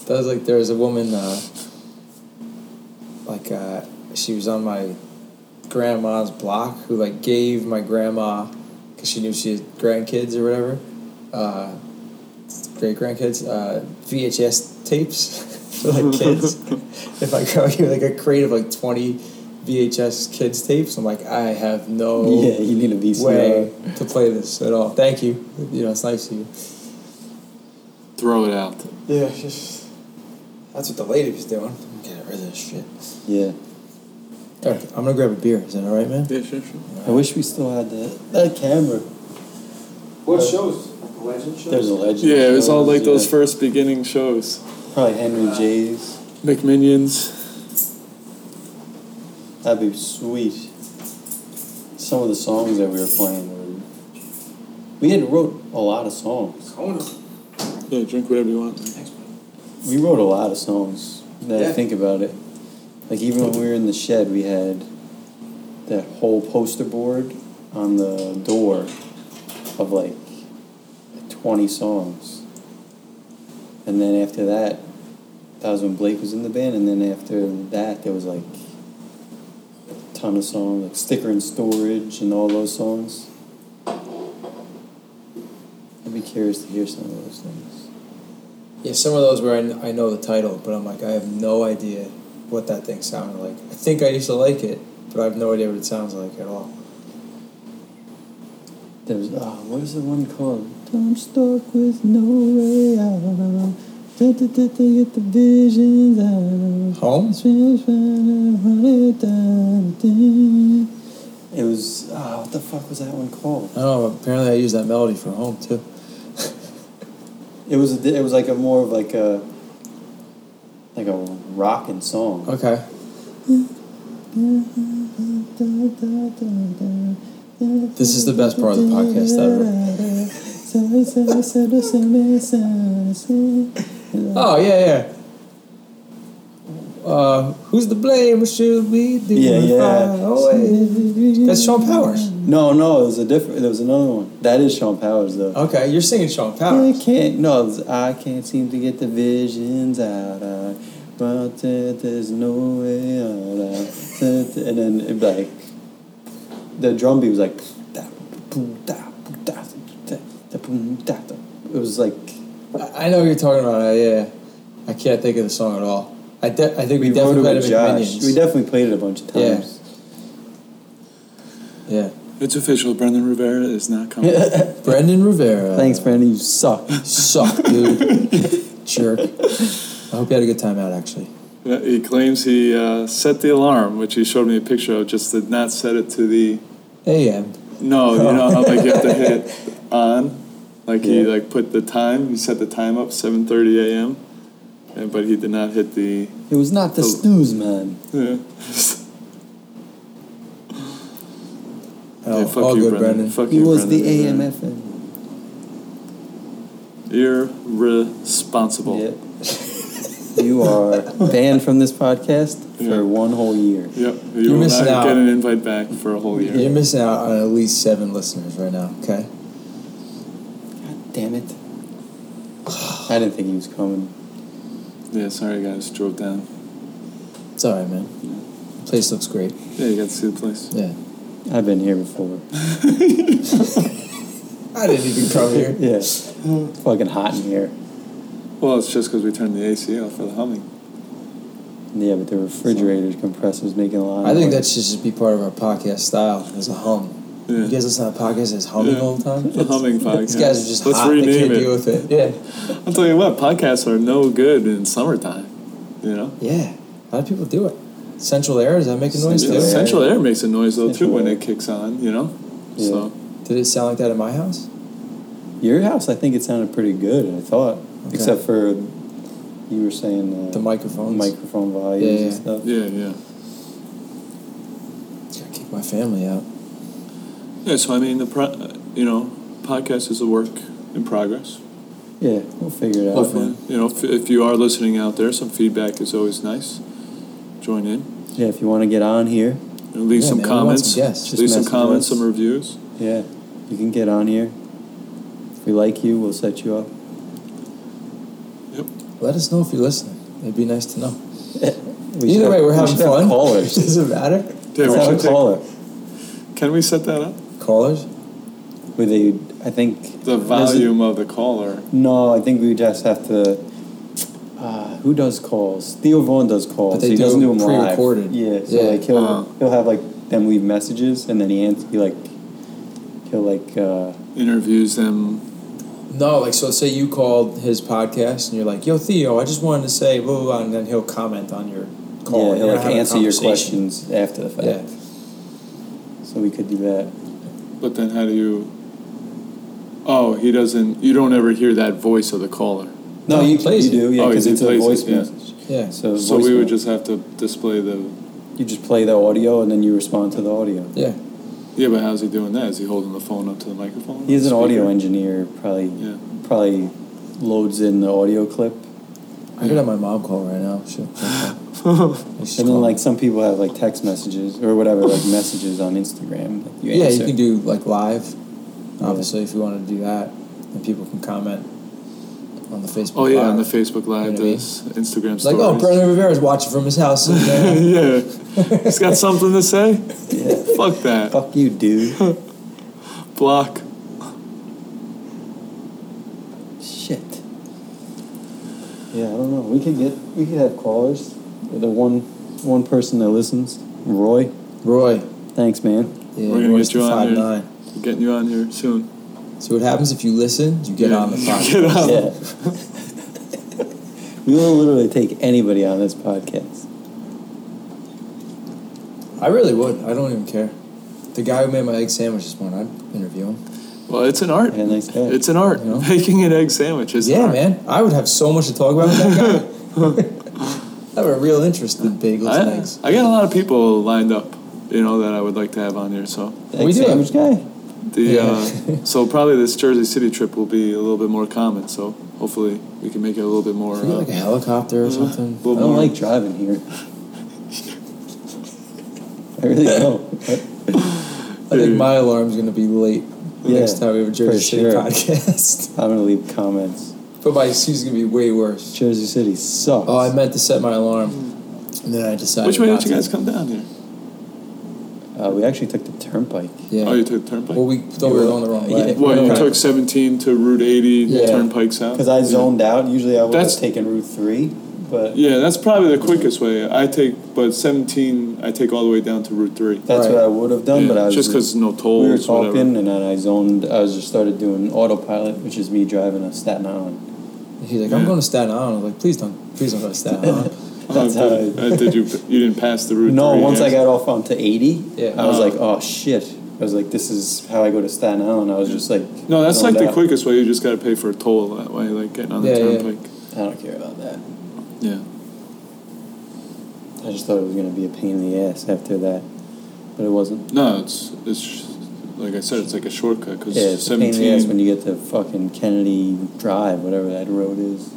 Speaker 3: That was like there was a woman, uh, like uh, she was on my grandma's block who like gave my grandma, 'cause she knew she had grandkids or whatever, uh, great grandkids, uh, VHS tapes *laughs* for like *laughs* kids. if I go here like a crate of like twenty VHS kids tapes, I'm like I have no
Speaker 2: *laughs* yeah, you need a
Speaker 3: Oh, way
Speaker 2: VCR.
Speaker 3: to play this at all. Thank you. You know, it's nice of you.
Speaker 4: Throw it out.
Speaker 3: Yeah, just, that's what the lady was doing. I'm getting rid of this shit.
Speaker 2: Yeah.
Speaker 3: All right, I'm gonna grab a beer. Is that all right, man?
Speaker 4: Yeah, sure, sure.
Speaker 2: I wish we still had that that camera. Uh,
Speaker 5: What shows? Like the legend shows?
Speaker 2: There's a legend.
Speaker 4: Yeah, it was all
Speaker 2: shows,
Speaker 4: like those
Speaker 2: yeah.
Speaker 4: first beginning shows.
Speaker 2: Probably Henry J's.
Speaker 4: McMinions.
Speaker 2: That'd be sweet. Some of the songs that we were playing were. We had wrote a lot of songs.
Speaker 4: Yeah, drink whatever you want.
Speaker 2: We wrote a lot of songs. Now that I
Speaker 5: Yeah.
Speaker 2: think about it, like even when we were in the shed, we had that whole poster board on the door of like twenty songs, and then after that, that was when Blake was in the band, and then after that, there was like a ton of songs, like Sticker and Storage, and all those songs. I'd be curious to hear some of those things.
Speaker 3: Yeah, some of those where I, kn- I know the title, but I'm like, I have no idea what that thing sounded like. I think I used to like it, but I have no idea what it sounds like at all.
Speaker 2: There's oh, what is the one called? I'm stuck with no way out. Da, da, da, da, get the visions out.
Speaker 3: Homes?
Speaker 2: It was ah, what the fuck was that one called?
Speaker 3: I don't know, apparently I use that melody for home too.
Speaker 2: It was a, di- it was like a more of like a like a rocking song.
Speaker 3: Okay.
Speaker 2: This
Speaker 3: is the best part of the podcast
Speaker 2: ever.
Speaker 3: Oh, yeah, yeah. Uh, who's to blame? What should we do?
Speaker 2: Yeah,
Speaker 3: if
Speaker 2: yeah.
Speaker 3: I always- That's Sean Powers.
Speaker 2: No, no, it was a different. There was another one. That is Sean Powers though.
Speaker 3: Okay, you're singing Sean
Speaker 2: I
Speaker 3: Oh, Powers.
Speaker 2: can't. No, it was, I can't seem to get the visions out. I, but there- there's no way out. I, and then it like the drum beat was like. da, boom, da, boom, da, da, da, boom, da, da. It was like
Speaker 3: I I know what you're talking about. I, yeah, I can't think of the song at all. I, de- I think we,
Speaker 2: we wrote
Speaker 3: definitely
Speaker 2: it
Speaker 3: played
Speaker 2: with
Speaker 3: it
Speaker 2: Josh.
Speaker 3: Minions.
Speaker 2: We definitely played it a bunch of
Speaker 3: Yeah.
Speaker 2: times.
Speaker 3: yeah,
Speaker 4: It's official. Brendan Rivera is not coming.
Speaker 3: Brendan Rivera.
Speaker 2: Thanks, Brandon. You suck.
Speaker 3: Suck, dude. Jerk. I hope you had a good time out. Actually,
Speaker 4: Yeah, he claims he uh, set the alarm, which he showed me a picture of, just did not set it to the
Speaker 3: A.M.
Speaker 4: no. You know how like you have to
Speaker 2: *laughs*
Speaker 4: hit on, like he
Speaker 2: Yeah.
Speaker 4: like put the time. He set the time up 7:30 a.m. and but he did not hit the. *laughs*
Speaker 2: It was not the
Speaker 4: Oh.
Speaker 2: snooze, man.
Speaker 4: Yeah.
Speaker 3: Oh,
Speaker 4: Yeah, fuck
Speaker 3: all
Speaker 4: you,
Speaker 3: good,
Speaker 4: Brendan.
Speaker 3: Brendan.
Speaker 4: Fuck
Speaker 2: He
Speaker 4: you,
Speaker 2: was the
Speaker 4: Brendan Rivera.
Speaker 2: AMFM.
Speaker 4: You're responsible.
Speaker 2: Yep. *laughs* you are banned from this podcast for
Speaker 4: Yeah.
Speaker 2: one whole year.
Speaker 4: Yep. You
Speaker 3: You're
Speaker 4: will
Speaker 3: missing out.
Speaker 4: not get an invite back for a whole year.
Speaker 3: You're missing out on at least seven listeners right now. Okay.
Speaker 2: God damn it. I didn't think he was coming.
Speaker 4: Yeah, sorry guys, drove down.
Speaker 3: It's all right, man. Place looks great.
Speaker 4: Yeah, you got to see the place.
Speaker 3: Yeah.
Speaker 2: I've been here before.
Speaker 3: I didn't even come here.
Speaker 2: yeah. It's fucking hot in here.
Speaker 4: Well, it's just because we turned the AC off for the humming.
Speaker 2: Yeah, but the refrigerator's compressor's making a lot of
Speaker 3: I think
Speaker 2: noise.
Speaker 3: that should just be part of our podcast style as a hum.
Speaker 4: Yeah.
Speaker 3: You guys listen to our podcast as humming
Speaker 4: Yeah.
Speaker 3: all the
Speaker 4: *laughs*
Speaker 3: time?
Speaker 4: The humming podcast.
Speaker 3: These guys are just
Speaker 4: Let's
Speaker 3: hot. They
Speaker 4: rename
Speaker 3: can't
Speaker 4: it.
Speaker 3: deal with it. Yeah.
Speaker 4: I'll tell you what, podcasts are no good in summertime. You know,
Speaker 3: Yeah. A lot of people do it. Central Air, does that make a noise
Speaker 2: Central
Speaker 3: too?
Speaker 4: Yeah,
Speaker 2: Air.
Speaker 4: central air makes a noise though too
Speaker 2: Central
Speaker 4: when
Speaker 2: air.
Speaker 4: it kicks on. You know,
Speaker 2: Yeah.
Speaker 4: so
Speaker 3: Did it sound like that at my house?
Speaker 2: Your house, I think it sounded pretty good, I thought.
Speaker 3: Okay.
Speaker 2: Except for you were saying uh,
Speaker 3: The microphones.
Speaker 2: microphone volumes
Speaker 3: Yeah, yeah.
Speaker 2: and stuff.
Speaker 4: yeah, yeah,
Speaker 3: It's gonna kick my family out.
Speaker 4: yeah. So I mean, the pro- uh, you know, podcast is a work in progress.
Speaker 2: Yeah, we'll figure it out.
Speaker 3: Hopefully.
Speaker 2: man.
Speaker 4: You know, if, if you are listening out there, some feedback is always nice. Join in,
Speaker 2: Yeah, if you want to get on here,
Speaker 4: You know, leave
Speaker 3: Yeah,
Speaker 4: some
Speaker 3: man, we want
Speaker 4: comments,
Speaker 3: some guests.
Speaker 2: Just
Speaker 4: leave some
Speaker 2: message
Speaker 4: comments,
Speaker 2: us.
Speaker 4: some reviews.
Speaker 2: yeah, you can get on here. If we like you, we'll set you up.
Speaker 3: Let us know if you're listening. It'd be nice to know.
Speaker 2: We should
Speaker 3: Either way,
Speaker 2: have-
Speaker 3: we're
Speaker 2: we
Speaker 3: having
Speaker 2: should have
Speaker 3: fun. *laughs*
Speaker 2: Callers.
Speaker 3: Does it matter?
Speaker 4: Yeah,
Speaker 2: Let's
Speaker 4: we
Speaker 2: have a
Speaker 4: should take-
Speaker 2: caller.
Speaker 4: Can we set that up?
Speaker 3: Callers?
Speaker 2: where they, I think
Speaker 4: The
Speaker 2: there's a-
Speaker 4: volume of the caller.
Speaker 2: No, I think we just have to. Uh, who does calls? Theo Vaughn does calls.
Speaker 3: But they
Speaker 2: he
Speaker 3: do
Speaker 2: doesn't do
Speaker 3: them
Speaker 2: them live.
Speaker 3: pre-recorded.
Speaker 2: Yeah, so
Speaker 3: Yeah.
Speaker 2: like he'll
Speaker 4: Uh-huh.
Speaker 2: he'll have like them leave messages, and then he ans- he like he'll like uh,
Speaker 4: Interviews them.
Speaker 3: No, like so. Say you called his podcast and you're like, "Yo, Theo, I just wanted to say blah blah,", blah and then he'll comment on your call.
Speaker 2: yeah he'll
Speaker 3: You're
Speaker 2: like
Speaker 3: having a
Speaker 2: answer your
Speaker 3: conversation.
Speaker 2: questions after the fact. So we could do that.
Speaker 4: But then how do you? Oh, he doesn't. You don't ever hear that voice of the caller.
Speaker 3: No, he plays
Speaker 2: you
Speaker 3: it.
Speaker 2: do yeah
Speaker 4: Oh,
Speaker 2: because
Speaker 4: he
Speaker 2: it's a
Speaker 4: plays it,
Speaker 2: voice
Speaker 4: yeah.
Speaker 2: message.
Speaker 3: Yeah. Yeah.
Speaker 2: So,
Speaker 4: So we
Speaker 2: voicemail.
Speaker 4: would just have to display the.
Speaker 2: you just play the audio and then you respond to the audio.
Speaker 3: Yeah.
Speaker 4: Yeah, but how's he doing that? Is he holding the phone up to the microphone?
Speaker 2: He is an
Speaker 4: Speaker?
Speaker 2: audio engineer. Probably
Speaker 4: Yeah.
Speaker 2: probably loads in the audio clip
Speaker 3: I could have my mom call right now. She'll,
Speaker 4: *laughs*
Speaker 3: she'll
Speaker 2: And then like some people have like text messages or whatever, like messages on Instagram. Like, you
Speaker 3: yeah,
Speaker 2: answer.
Speaker 3: you can do like live,
Speaker 2: Yeah.
Speaker 3: obviously, if you want to do that, and people can comment on the Facebook.
Speaker 4: Oh yeah, on the
Speaker 3: Live.
Speaker 4: Facebook
Speaker 3: You know
Speaker 4: Live,
Speaker 3: what I mean?
Speaker 4: this Instagram
Speaker 3: It's like, oh,
Speaker 4: stories.
Speaker 3: Brendan Rivera's watching from his
Speaker 4: *laughs*
Speaker 3: house. And, uh,
Speaker 4: yeah, he's
Speaker 3: *laughs*
Speaker 4: got something to say. Fuck that.
Speaker 2: Fuck you, dude.
Speaker 4: Block.
Speaker 2: Shit. Yeah, I don't know. We could get we could have callers. The one one person that listens, Roy.
Speaker 3: Roy,
Speaker 2: Thanks, man.
Speaker 3: yeah,
Speaker 4: We're gonna
Speaker 3: Roy's
Speaker 4: get you
Speaker 3: the
Speaker 4: on there.
Speaker 3: 5'9".
Speaker 4: Getting you on here soon. *laughs*
Speaker 3: So what happens if you listen? You get
Speaker 4: Yeah,
Speaker 3: on the
Speaker 4: *laughs* you
Speaker 3: podcast.
Speaker 4: get on.
Speaker 2: Yeah. *laughs* we will literally take anybody on this podcast.
Speaker 3: I really would. I don't even care. The guy who made my egg sandwich this morning, I'd interview him.
Speaker 4: Well, it's an art.
Speaker 2: Yeah, nice guy.
Speaker 4: It's an art.
Speaker 3: You know?
Speaker 4: Making an egg sandwich is an
Speaker 3: yeah,
Speaker 4: art.
Speaker 3: man. I would have so much to talk about with that guy.
Speaker 4: *laughs*
Speaker 3: *laughs* I have a real interest in bagels and
Speaker 4: I,
Speaker 3: eggs.
Speaker 4: I got a lot of people lined up, you know, that I would like to have on here. So
Speaker 3: we do.
Speaker 2: sandwich guy.
Speaker 4: the
Speaker 3: Yeah. *laughs*
Speaker 4: uh, so probably this Jersey City trip will be a little bit more common. So hopefully we can make it a little bit more.
Speaker 3: If we get like a
Speaker 4: Uh,
Speaker 3: helicopter or something.
Speaker 2: I
Speaker 4: little
Speaker 2: don't
Speaker 4: more-
Speaker 2: like driving here. I
Speaker 3: *laughs*
Speaker 2: really don't.
Speaker 3: I think my alarm's gonna be late the
Speaker 2: Yeah,
Speaker 3: next time we have a Jersey
Speaker 2: for
Speaker 3: City *laughs*
Speaker 2: sure.
Speaker 3: podcast.
Speaker 2: I'm gonna leave comments.
Speaker 3: but my excuse's gonna be way worse.
Speaker 2: Jersey City sucks.
Speaker 3: Oh, I meant to set my alarm, and then I decided.
Speaker 4: Which way
Speaker 3: not
Speaker 4: did you guys
Speaker 3: to.
Speaker 4: come down here?
Speaker 2: uh, we actually took the turnpike.
Speaker 3: Yeah.
Speaker 4: Oh, you took the turnpike.
Speaker 3: well, we thought we were going the wrong way.
Speaker 2: Yeah.
Speaker 4: Well, you
Speaker 2: Right.
Speaker 4: took 17 to Route 80,
Speaker 3: Yeah.
Speaker 4: Turnpike South.
Speaker 2: Because I zoned out. Usually I would have
Speaker 4: That's-
Speaker 2: taken Route Three, but
Speaker 4: Yeah, that's probably the quickest way. I take, but 17, I take all the way down to Route 3.
Speaker 2: that's
Speaker 3: Right.
Speaker 2: what I would have done.
Speaker 4: Yeah,
Speaker 2: but I was
Speaker 4: just because no tolls,
Speaker 2: we were
Speaker 4: whatever.
Speaker 2: talking, and then I zoned. I was just started doing autopilot, which is me driving a Staten Island.
Speaker 3: And He's like, I'm
Speaker 4: Yeah.
Speaker 3: going to Staten Island. I was like, please don't, please don't go to Staten
Speaker 4: *laughs*
Speaker 3: Island.
Speaker 2: That's
Speaker 4: oh,
Speaker 2: how
Speaker 4: did, uh, did you? You didn't pass the Route.
Speaker 2: No,
Speaker 4: three,
Speaker 2: once I
Speaker 4: yes.
Speaker 2: got off onto eighty,
Speaker 3: Yeah.
Speaker 2: I was
Speaker 4: Oh.
Speaker 2: like, oh shit. I was like, this is how I go to Staten Island. I was just like,
Speaker 4: No, that's
Speaker 2: zoned
Speaker 4: like the
Speaker 2: out.
Speaker 4: quickest way. You just got to pay for a toll that way, like getting on the
Speaker 3: Yeah, yeah.
Speaker 4: turnpike.
Speaker 2: I don't care about that.
Speaker 4: Yeah.
Speaker 2: I just thought it was gonna be a pain in the ass after that, but it wasn't.
Speaker 4: No, it's it's sh- like I said, it's like a shortcut because
Speaker 2: Yeah, it's a pain in the ass
Speaker 4: 17.
Speaker 2: when you get to fucking Kennedy Drive, whatever that road is.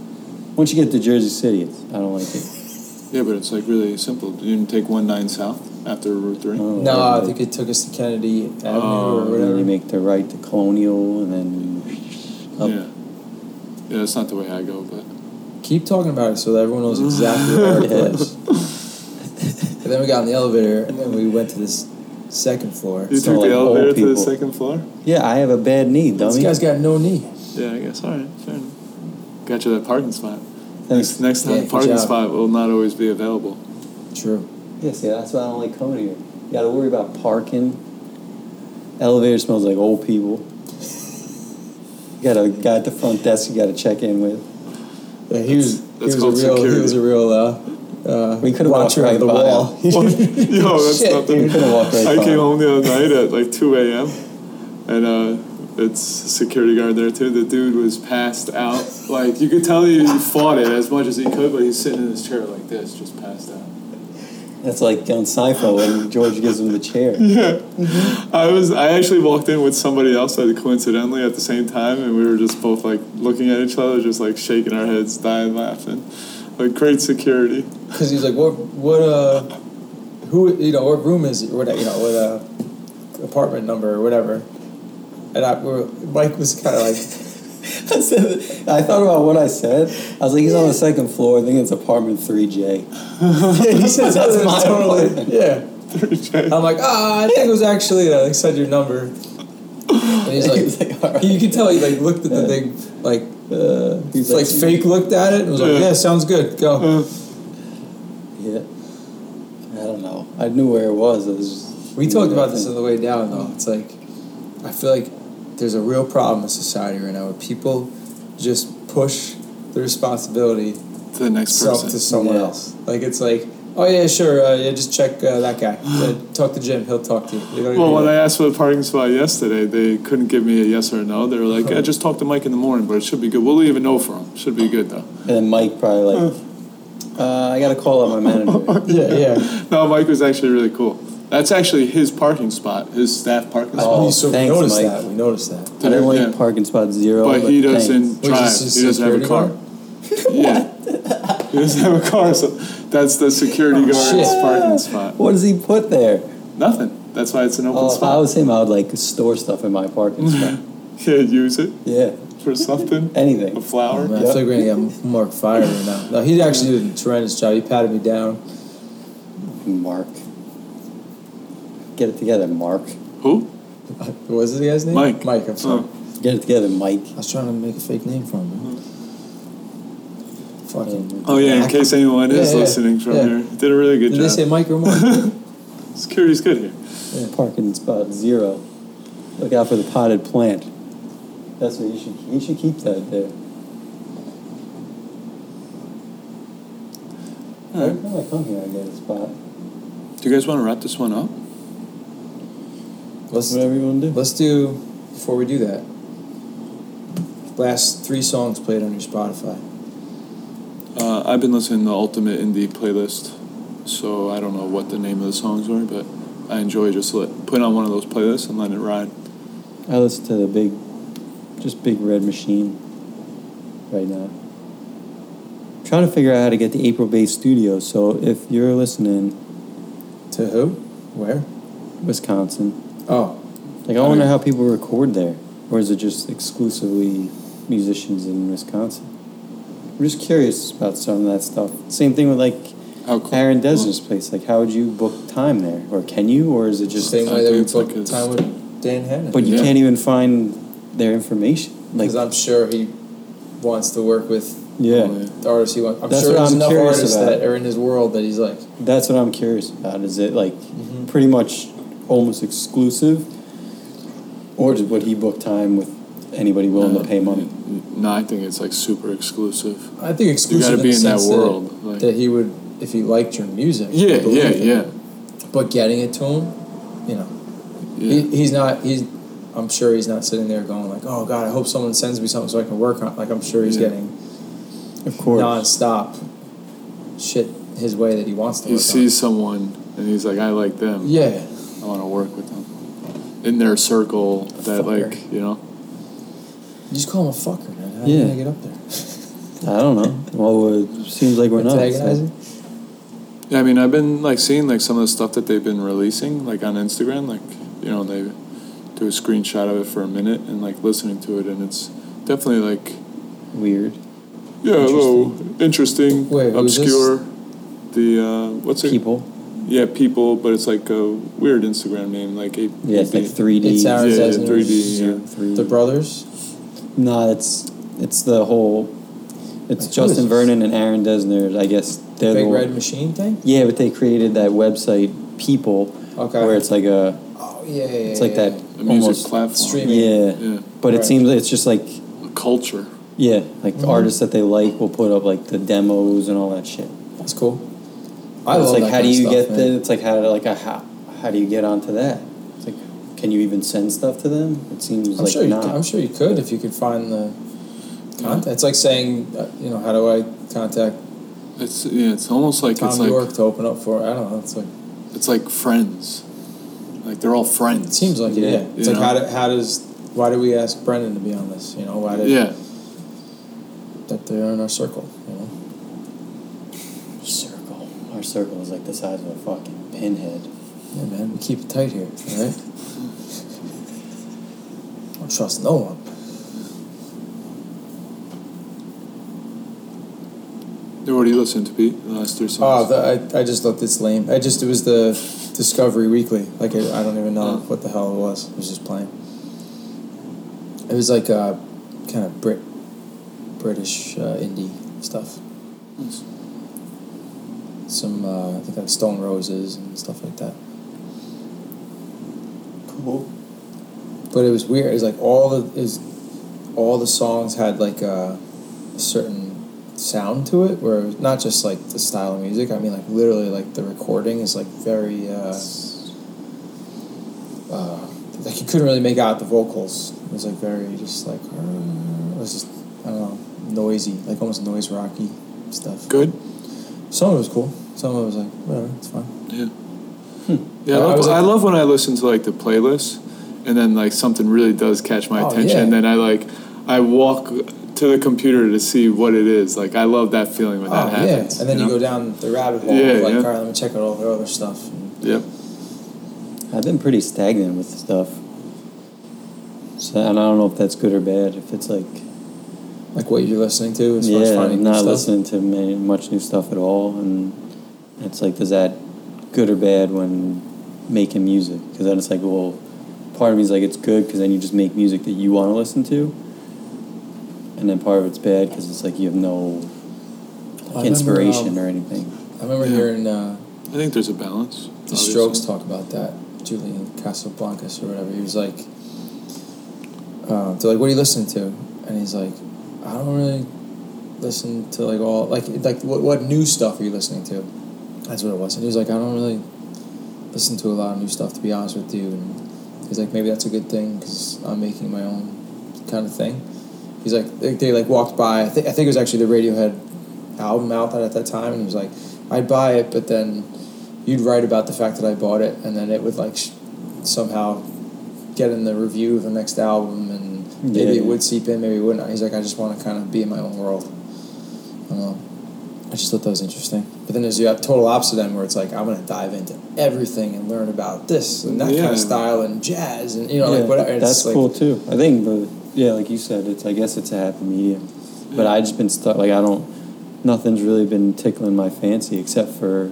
Speaker 2: Once you get to Jersey City, it's, I don't like it.
Speaker 4: yeah, but it's like really simple. You didn't take one nine south after Route Three.
Speaker 2: Oh,
Speaker 3: no, I
Speaker 2: like-
Speaker 3: think it took us to Kennedy Avenue
Speaker 4: Oh,
Speaker 3: or
Speaker 2: and then you
Speaker 3: whatever.
Speaker 2: make the right to
Speaker 3: *laughs*
Speaker 2: Colonial, and then up.
Speaker 4: Yeah. Yeah, that's not the way I go, but
Speaker 3: Keep talking about it so that everyone knows
Speaker 4: *laughs*
Speaker 3: exactly where it is. and then we got in the elevator, and then we went to this second floor.
Speaker 4: you
Speaker 2: So,
Speaker 4: took
Speaker 2: like,
Speaker 4: the
Speaker 2: old
Speaker 4: elevator to the
Speaker 2: people.
Speaker 4: second floor.
Speaker 2: Yeah, I have a bad knee,
Speaker 3: This
Speaker 2: dummy.
Speaker 3: guy's got no knee.
Speaker 4: Yeah, I guess. All right, fair enough. Got you that parking spot. Next,
Speaker 2: Thanks.
Speaker 4: next time,
Speaker 3: Yeah,
Speaker 4: the
Speaker 3: good
Speaker 4: parking
Speaker 3: job.
Speaker 4: spot will not always be
Speaker 2: *laughs*
Speaker 4: available. *laughs*
Speaker 3: True.
Speaker 2: Yeah, see, that's why I don't like coming here. You got to worry about parking. Elevator smells like old people. You got a guy at the front desk you got to check in with.
Speaker 3: Yeah, he was.
Speaker 4: That's-
Speaker 3: he
Speaker 4: that's
Speaker 3: was
Speaker 4: called
Speaker 3: a real.
Speaker 4: security.
Speaker 3: He was a real. Uh, uh,
Speaker 2: We could've
Speaker 3: watcher
Speaker 2: walked
Speaker 3: of the
Speaker 2: right by
Speaker 3: wall. *laughs*
Speaker 4: Yo, that's
Speaker 3: Shit,
Speaker 4: nothing.
Speaker 2: dude. Could've walked right
Speaker 4: I
Speaker 2: by
Speaker 4: came
Speaker 2: him.
Speaker 4: home the other night at like 2 a.m. and uh, it's a security guard there too. The dude was passed out. Like you could tell he fought it as much as he could, but he's sitting in his chair like this, just passed out.
Speaker 2: That's like on Seinfeld when George gives him the chair. *laughs*
Speaker 4: Yeah, I was. I actually walked in with somebody else, like coincidentally, at the same time, and we were just both like looking at each other, just like shaking our heads, dying laughing. Like great security.
Speaker 3: Because he's like, what, what, uh, who, you know, what room is it, or what, you know, what, uh, apartment number or whatever. And I, we were, Mike was kind
Speaker 2: *laughs*
Speaker 3: of like,
Speaker 2: I said- I thought about what I said. I was like, he's on the second floor. I think it's apartment 3J.
Speaker 3: he said *laughs*
Speaker 2: That's
Speaker 3: something
Speaker 2: my
Speaker 3: totally,
Speaker 4: *laughs*
Speaker 2: apartment.
Speaker 3: yeah.
Speaker 4: Three J.
Speaker 3: uh, I'm like, ah, I think it was actually, and I like, said your number. And he's like,
Speaker 2: *laughs* He's like, "All right."
Speaker 3: you can tell he like looked at the
Speaker 2: Yeah.
Speaker 3: thing, like
Speaker 2: Uh, he's
Speaker 3: like fake looked at it and was like,
Speaker 4: Yeah.
Speaker 3: yeah, sounds good, go.
Speaker 2: Yeah. I don't know. I knew where it was. It was just-
Speaker 3: We talked about this on the way down though. It's like, I feel like there's a real problem in society right now where people just push the responsibility
Speaker 4: to the next
Speaker 3: self
Speaker 4: person.
Speaker 3: to someone
Speaker 2: Yeah.
Speaker 3: else. Like it's like, oh yeah, sure, uh, yeah, just check uh, that
Speaker 2: *gasps*
Speaker 3: guy. Uh, talk to Jim, he'll talk to you. You don't even
Speaker 4: Well, when
Speaker 3: know.
Speaker 4: I asked for the parking spot yesterday, they couldn't give me a yes or a no. They were like, "I just talked to Mike in the morning, but it should be good. We'll leave a no for him. Should be good though."
Speaker 2: And then Mike probably like, uh, I got to call up my manager.
Speaker 3: yeah,
Speaker 2: *laughs*
Speaker 3: yeah.
Speaker 4: No, Mike was actually really cool. That's actually his parking spot, his staff parking
Speaker 2: Oh,
Speaker 3: we
Speaker 4: spot.
Speaker 3: so
Speaker 2: thanks,
Speaker 3: we noticed
Speaker 2: Mike.
Speaker 3: that. We noticed that.
Speaker 2: I don't like
Speaker 4: Yeah.
Speaker 2: parking spot zero.
Speaker 4: But he
Speaker 2: thanks.
Speaker 4: doesn't
Speaker 3: Which
Speaker 4: drive.
Speaker 3: is his
Speaker 4: He doesn't have a
Speaker 3: security
Speaker 4: car. Yeah, *laughs* he doesn't have a car, so that's the security guard's
Speaker 3: Oh, shit.
Speaker 4: parking spot.
Speaker 2: What does he put there?
Speaker 4: Nothing. That's why it's an open
Speaker 2: Oh, if I
Speaker 4: spot. Mm-hmm.
Speaker 2: was him, I would like store stuff in my parking spot.
Speaker 4: *laughs* Yeah, use it
Speaker 2: yeah,
Speaker 4: for something. A
Speaker 2: anything.
Speaker 4: flower.
Speaker 3: Oh, Man, I feel like we're gonna get Mark fired right now. No, he actually did a tremendous job. He patted me down.
Speaker 2: Mark, get it together, Mark.
Speaker 4: Who?
Speaker 3: What was the guy's name?
Speaker 4: Mike.
Speaker 3: Mike, I'm sorry.
Speaker 4: Oh.
Speaker 2: Get it together, Mike.
Speaker 3: I was trying to make a fake name for him. man. Fucking.
Speaker 2: Um,
Speaker 4: Oh yeah. In case anyone is
Speaker 3: Yeah, yeah,
Speaker 4: listening from
Speaker 3: yeah.
Speaker 4: here, did a really good
Speaker 3: Did they say
Speaker 4: job.
Speaker 3: Mike or
Speaker 4: *laughs*
Speaker 3: Mark?
Speaker 4: Security's good here.
Speaker 2: Parking spot zero. Look out for the potted plant. That's what you should. You should keep that there. Every time I come here, I get a spot.
Speaker 4: Do you guys want to wrap this one up?
Speaker 3: let's
Speaker 2: Whatever you want to do.
Speaker 3: let's do before we do that. Last three songs played on your Spotify.
Speaker 4: Uh, I've been listening to the Ultimate Indie playlist, so I don't know what the name of the songs were, but I enjoy just let, putting on one of those playlists and letting it ride.
Speaker 2: I listen to the big, just big red machine. Right now. I'm trying to figure out how to get the April Bay Studios. So if you're listening,
Speaker 3: To who? Where?
Speaker 2: Wisconsin,
Speaker 3: Oh,
Speaker 2: like I wonder how people record there, or is it just exclusively musicians in Wisconsin? I'm just curious about some of that stuff. Same thing with like
Speaker 4: How cool.
Speaker 2: Aaron Desner's place. Like, how would you book time there, or can you, or is it
Speaker 3: just
Speaker 2: just?
Speaker 3: same
Speaker 4: I
Speaker 3: way that we
Speaker 4: think it's
Speaker 3: booked
Speaker 4: like it's-
Speaker 3: time with Dan Hannon.
Speaker 2: But you
Speaker 4: Yeah.
Speaker 2: can't even find their information. Like,
Speaker 3: because I'm sure he wants to work with
Speaker 2: yeah,
Speaker 3: the artists he wants. I'm
Speaker 2: That's
Speaker 3: sure
Speaker 2: what
Speaker 3: there's
Speaker 2: I'm
Speaker 3: enough
Speaker 2: curious
Speaker 3: artists
Speaker 2: about.
Speaker 3: that are in his world that he's like,
Speaker 2: that's what I'm curious about. Is it like
Speaker 3: Mm-hmm.
Speaker 2: pretty much almost exclusive, or did would he book time with anybody willing
Speaker 3: Uh,
Speaker 2: to pay money?
Speaker 4: No, I think it's like super exclusive.
Speaker 3: I think
Speaker 4: You got
Speaker 3: exclusive
Speaker 4: to
Speaker 3: in
Speaker 4: be
Speaker 3: the
Speaker 4: in that
Speaker 3: sense
Speaker 4: world.
Speaker 3: that,
Speaker 4: Like,
Speaker 3: that he would if he liked your music.
Speaker 4: yeah,
Speaker 3: believe
Speaker 4: yeah,
Speaker 3: it.
Speaker 4: yeah,
Speaker 3: But getting it to him, you know,
Speaker 4: yeah.
Speaker 3: he, he's not. He's. I'm sure he's not sitting there going like, "Oh God, I hope someone sends me something so I can work on." it." Like I'm sure he's
Speaker 4: Yeah.
Speaker 3: getting
Speaker 2: Of course.
Speaker 3: nonstop shit his way that he wants to.
Speaker 4: He
Speaker 3: work
Speaker 4: sees someone and he's like, I like them.
Speaker 3: On. Yeah.
Speaker 4: I want to work with them. In their circle, that
Speaker 3: Fucker.
Speaker 4: like, you know.
Speaker 3: You just call him a fucker, man. How
Speaker 2: Yeah.
Speaker 3: do you get up there?
Speaker 2: I don't know. Well, it seems like we're not. so-
Speaker 3: Antagonizing?
Speaker 4: Yeah, I mean, I've been like seeing like some of the stuff that they've been releasing like on Instagram. Like, you know, they do a screenshot of it for a minute and like listening to it, and it's definitely like
Speaker 2: Weird.
Speaker 4: yeah, a little interesting,
Speaker 3: Wait, who's this?
Speaker 4: obscure. The uh, what's it?
Speaker 2: People.
Speaker 4: Yeah, people, but it's like a weird Instagram name, like a
Speaker 2: Yeah, it's like 3D.
Speaker 3: It's
Speaker 4: yeah,
Speaker 3: our-
Speaker 4: yeah,
Speaker 3: Ours has
Speaker 4: 3D. Yeah.
Speaker 2: 3D.
Speaker 3: The brothers.
Speaker 2: No, it's it's the whole.
Speaker 3: Like,
Speaker 2: It's
Speaker 3: who is
Speaker 2: Justin
Speaker 3: this?
Speaker 2: Vernon and Aaron Desner. I guess they're
Speaker 3: Big
Speaker 2: the
Speaker 3: Red Machine thing?
Speaker 2: Yeah, but they created that website People,
Speaker 3: Okay.
Speaker 2: where it's like a
Speaker 3: oh, yeah, yeah, yeah.
Speaker 2: it's like
Speaker 3: yeah.
Speaker 2: that
Speaker 4: A music
Speaker 2: almost
Speaker 4: platform.
Speaker 3: Streaming.
Speaker 2: yeah.
Speaker 4: Yeah.
Speaker 2: But it
Speaker 3: Right.
Speaker 2: seems like it's just like
Speaker 4: A culture.
Speaker 2: yeah, like
Speaker 3: Mm-hmm.
Speaker 2: the artists that they like will put up like the demos and all that shit.
Speaker 3: That's cool.
Speaker 2: it's like
Speaker 3: that
Speaker 2: how
Speaker 3: kind
Speaker 2: do
Speaker 3: of
Speaker 2: you
Speaker 3: stuff,
Speaker 2: get
Speaker 3: man.
Speaker 2: the? It's like how to like a how how do you get onto that? It's like can you even send stuff to them? It seems
Speaker 3: I'm
Speaker 2: like
Speaker 3: sure. You
Speaker 2: not.
Speaker 3: could, I'm sure you could if you could find the contact. It's like saying, uh, you know, how do I contact
Speaker 4: It's yeah, it's almost like
Speaker 3: Tom
Speaker 4: it's like
Speaker 3: York to open up for? I don't know. It's like
Speaker 4: it's like friends. Like they're all friends.
Speaker 3: it seems like yeah.
Speaker 2: Yeah,
Speaker 3: yeah. It's
Speaker 4: you
Speaker 3: like
Speaker 4: know.
Speaker 3: how do, how does why do we ask Brendan to be on this? You know why did
Speaker 4: Yeah.
Speaker 3: that they're in our circle? You know.
Speaker 2: circle. Our circle is like the size of a fucking pinhead.
Speaker 3: Yeah, man, we keep it tight here, all right? Don't trust no one.
Speaker 4: Hey, What do you listen to, Pete? The last three
Speaker 3: Oh,
Speaker 4: songs.
Speaker 3: the, I, I just thought this lame. I just, it was the Discovery Weekly. Like, I, I don't even know
Speaker 4: Oh.
Speaker 3: what the hell it was. It was just playing. It was like uh, kind of Brit, British uh, indie stuff.
Speaker 4: Nice.
Speaker 3: Some uh, I think like Stone Roses and stuff like that.
Speaker 2: Cool.
Speaker 3: But it was weird. It was like all the is all the songs had like a, a certain sound to it, where it was not just like the style of music. I mean, like literally, like the recording is like very. Uh, uh, like you couldn't really make out the vocals. It was like very just like uh, it was just I don't know noisy, like almost noise rocky stuff.
Speaker 4: Good.
Speaker 3: Some of it was cool. Some of it was like whatever, it's fine.
Speaker 4: Yeah. Yeah, I
Speaker 3: Hmm. I
Speaker 4: love,
Speaker 3: was like-
Speaker 4: I love when I listen to like the playlist, and then like something really does catch my
Speaker 3: Oh,
Speaker 4: attention,
Speaker 3: yeah.
Speaker 4: and then I like I walk to the computer to see what it is. Like I love that feeling when that
Speaker 3: oh yeah,
Speaker 4: happens.
Speaker 3: and then you,
Speaker 4: know?
Speaker 3: go down the rabbit hole.
Speaker 4: Yeah,
Speaker 3: Yeah, like
Speaker 4: yeah.
Speaker 3: all right, let me check out all their other stuff. And
Speaker 4: Yep.
Speaker 2: I've been pretty stagnant with stuff. So, and I don't know if that's good or bad. If it's like,
Speaker 3: like what you're listening to as far as
Speaker 2: yeah,
Speaker 3: finding
Speaker 2: not
Speaker 3: stuff.
Speaker 2: listening to many, much new stuff at all, and it's like, is that good or bad when making music? Because then it's like, well, part of me is like, it's good because then you just make music that you want to listen to, and then part of it's bad because it's like you have no like,
Speaker 3: remember,
Speaker 2: inspiration
Speaker 3: um,
Speaker 2: or anything.
Speaker 3: I remember
Speaker 4: Yeah.
Speaker 3: hearing uh,
Speaker 4: I think there's a balance.
Speaker 3: the Strokes talk about that. Julian Casablancas or whatever. He was like, uh, they're like, what are you listening to? And he's like, I don't really listen to like all like like what, what new stuff are you listening to? That's what it was. And he was like, I don't really listen to a lot of new stuff to be honest with you. And he's like, maybe that's a good thing because I'm making my own kind of thing. He's like, they, they like walked by. I think I think it was actually the Radiohead album out at that time, and he was like, I'd buy it, but then you'd write about the fact that I bought it, and then it would like sh- somehow get in the review of the next album, and maybe
Speaker 2: Yeah.
Speaker 3: it would seep in, maybe it wouldn't. He's like, I just want to kind of be in my own world. I don't know. I just thought that was interesting. But then there's the uh, total opposite end where it's like I'm gonna dive into everything and learn about this and that kind
Speaker 4: Yeah.
Speaker 3: of style and jazz and you know like whatever. It's
Speaker 2: That's
Speaker 3: like,
Speaker 2: cool too. I think, but yeah, like you said, it's I guess it's a happy medium. But I just been stuck. Like I don't, nothing's really been tickling my fancy except for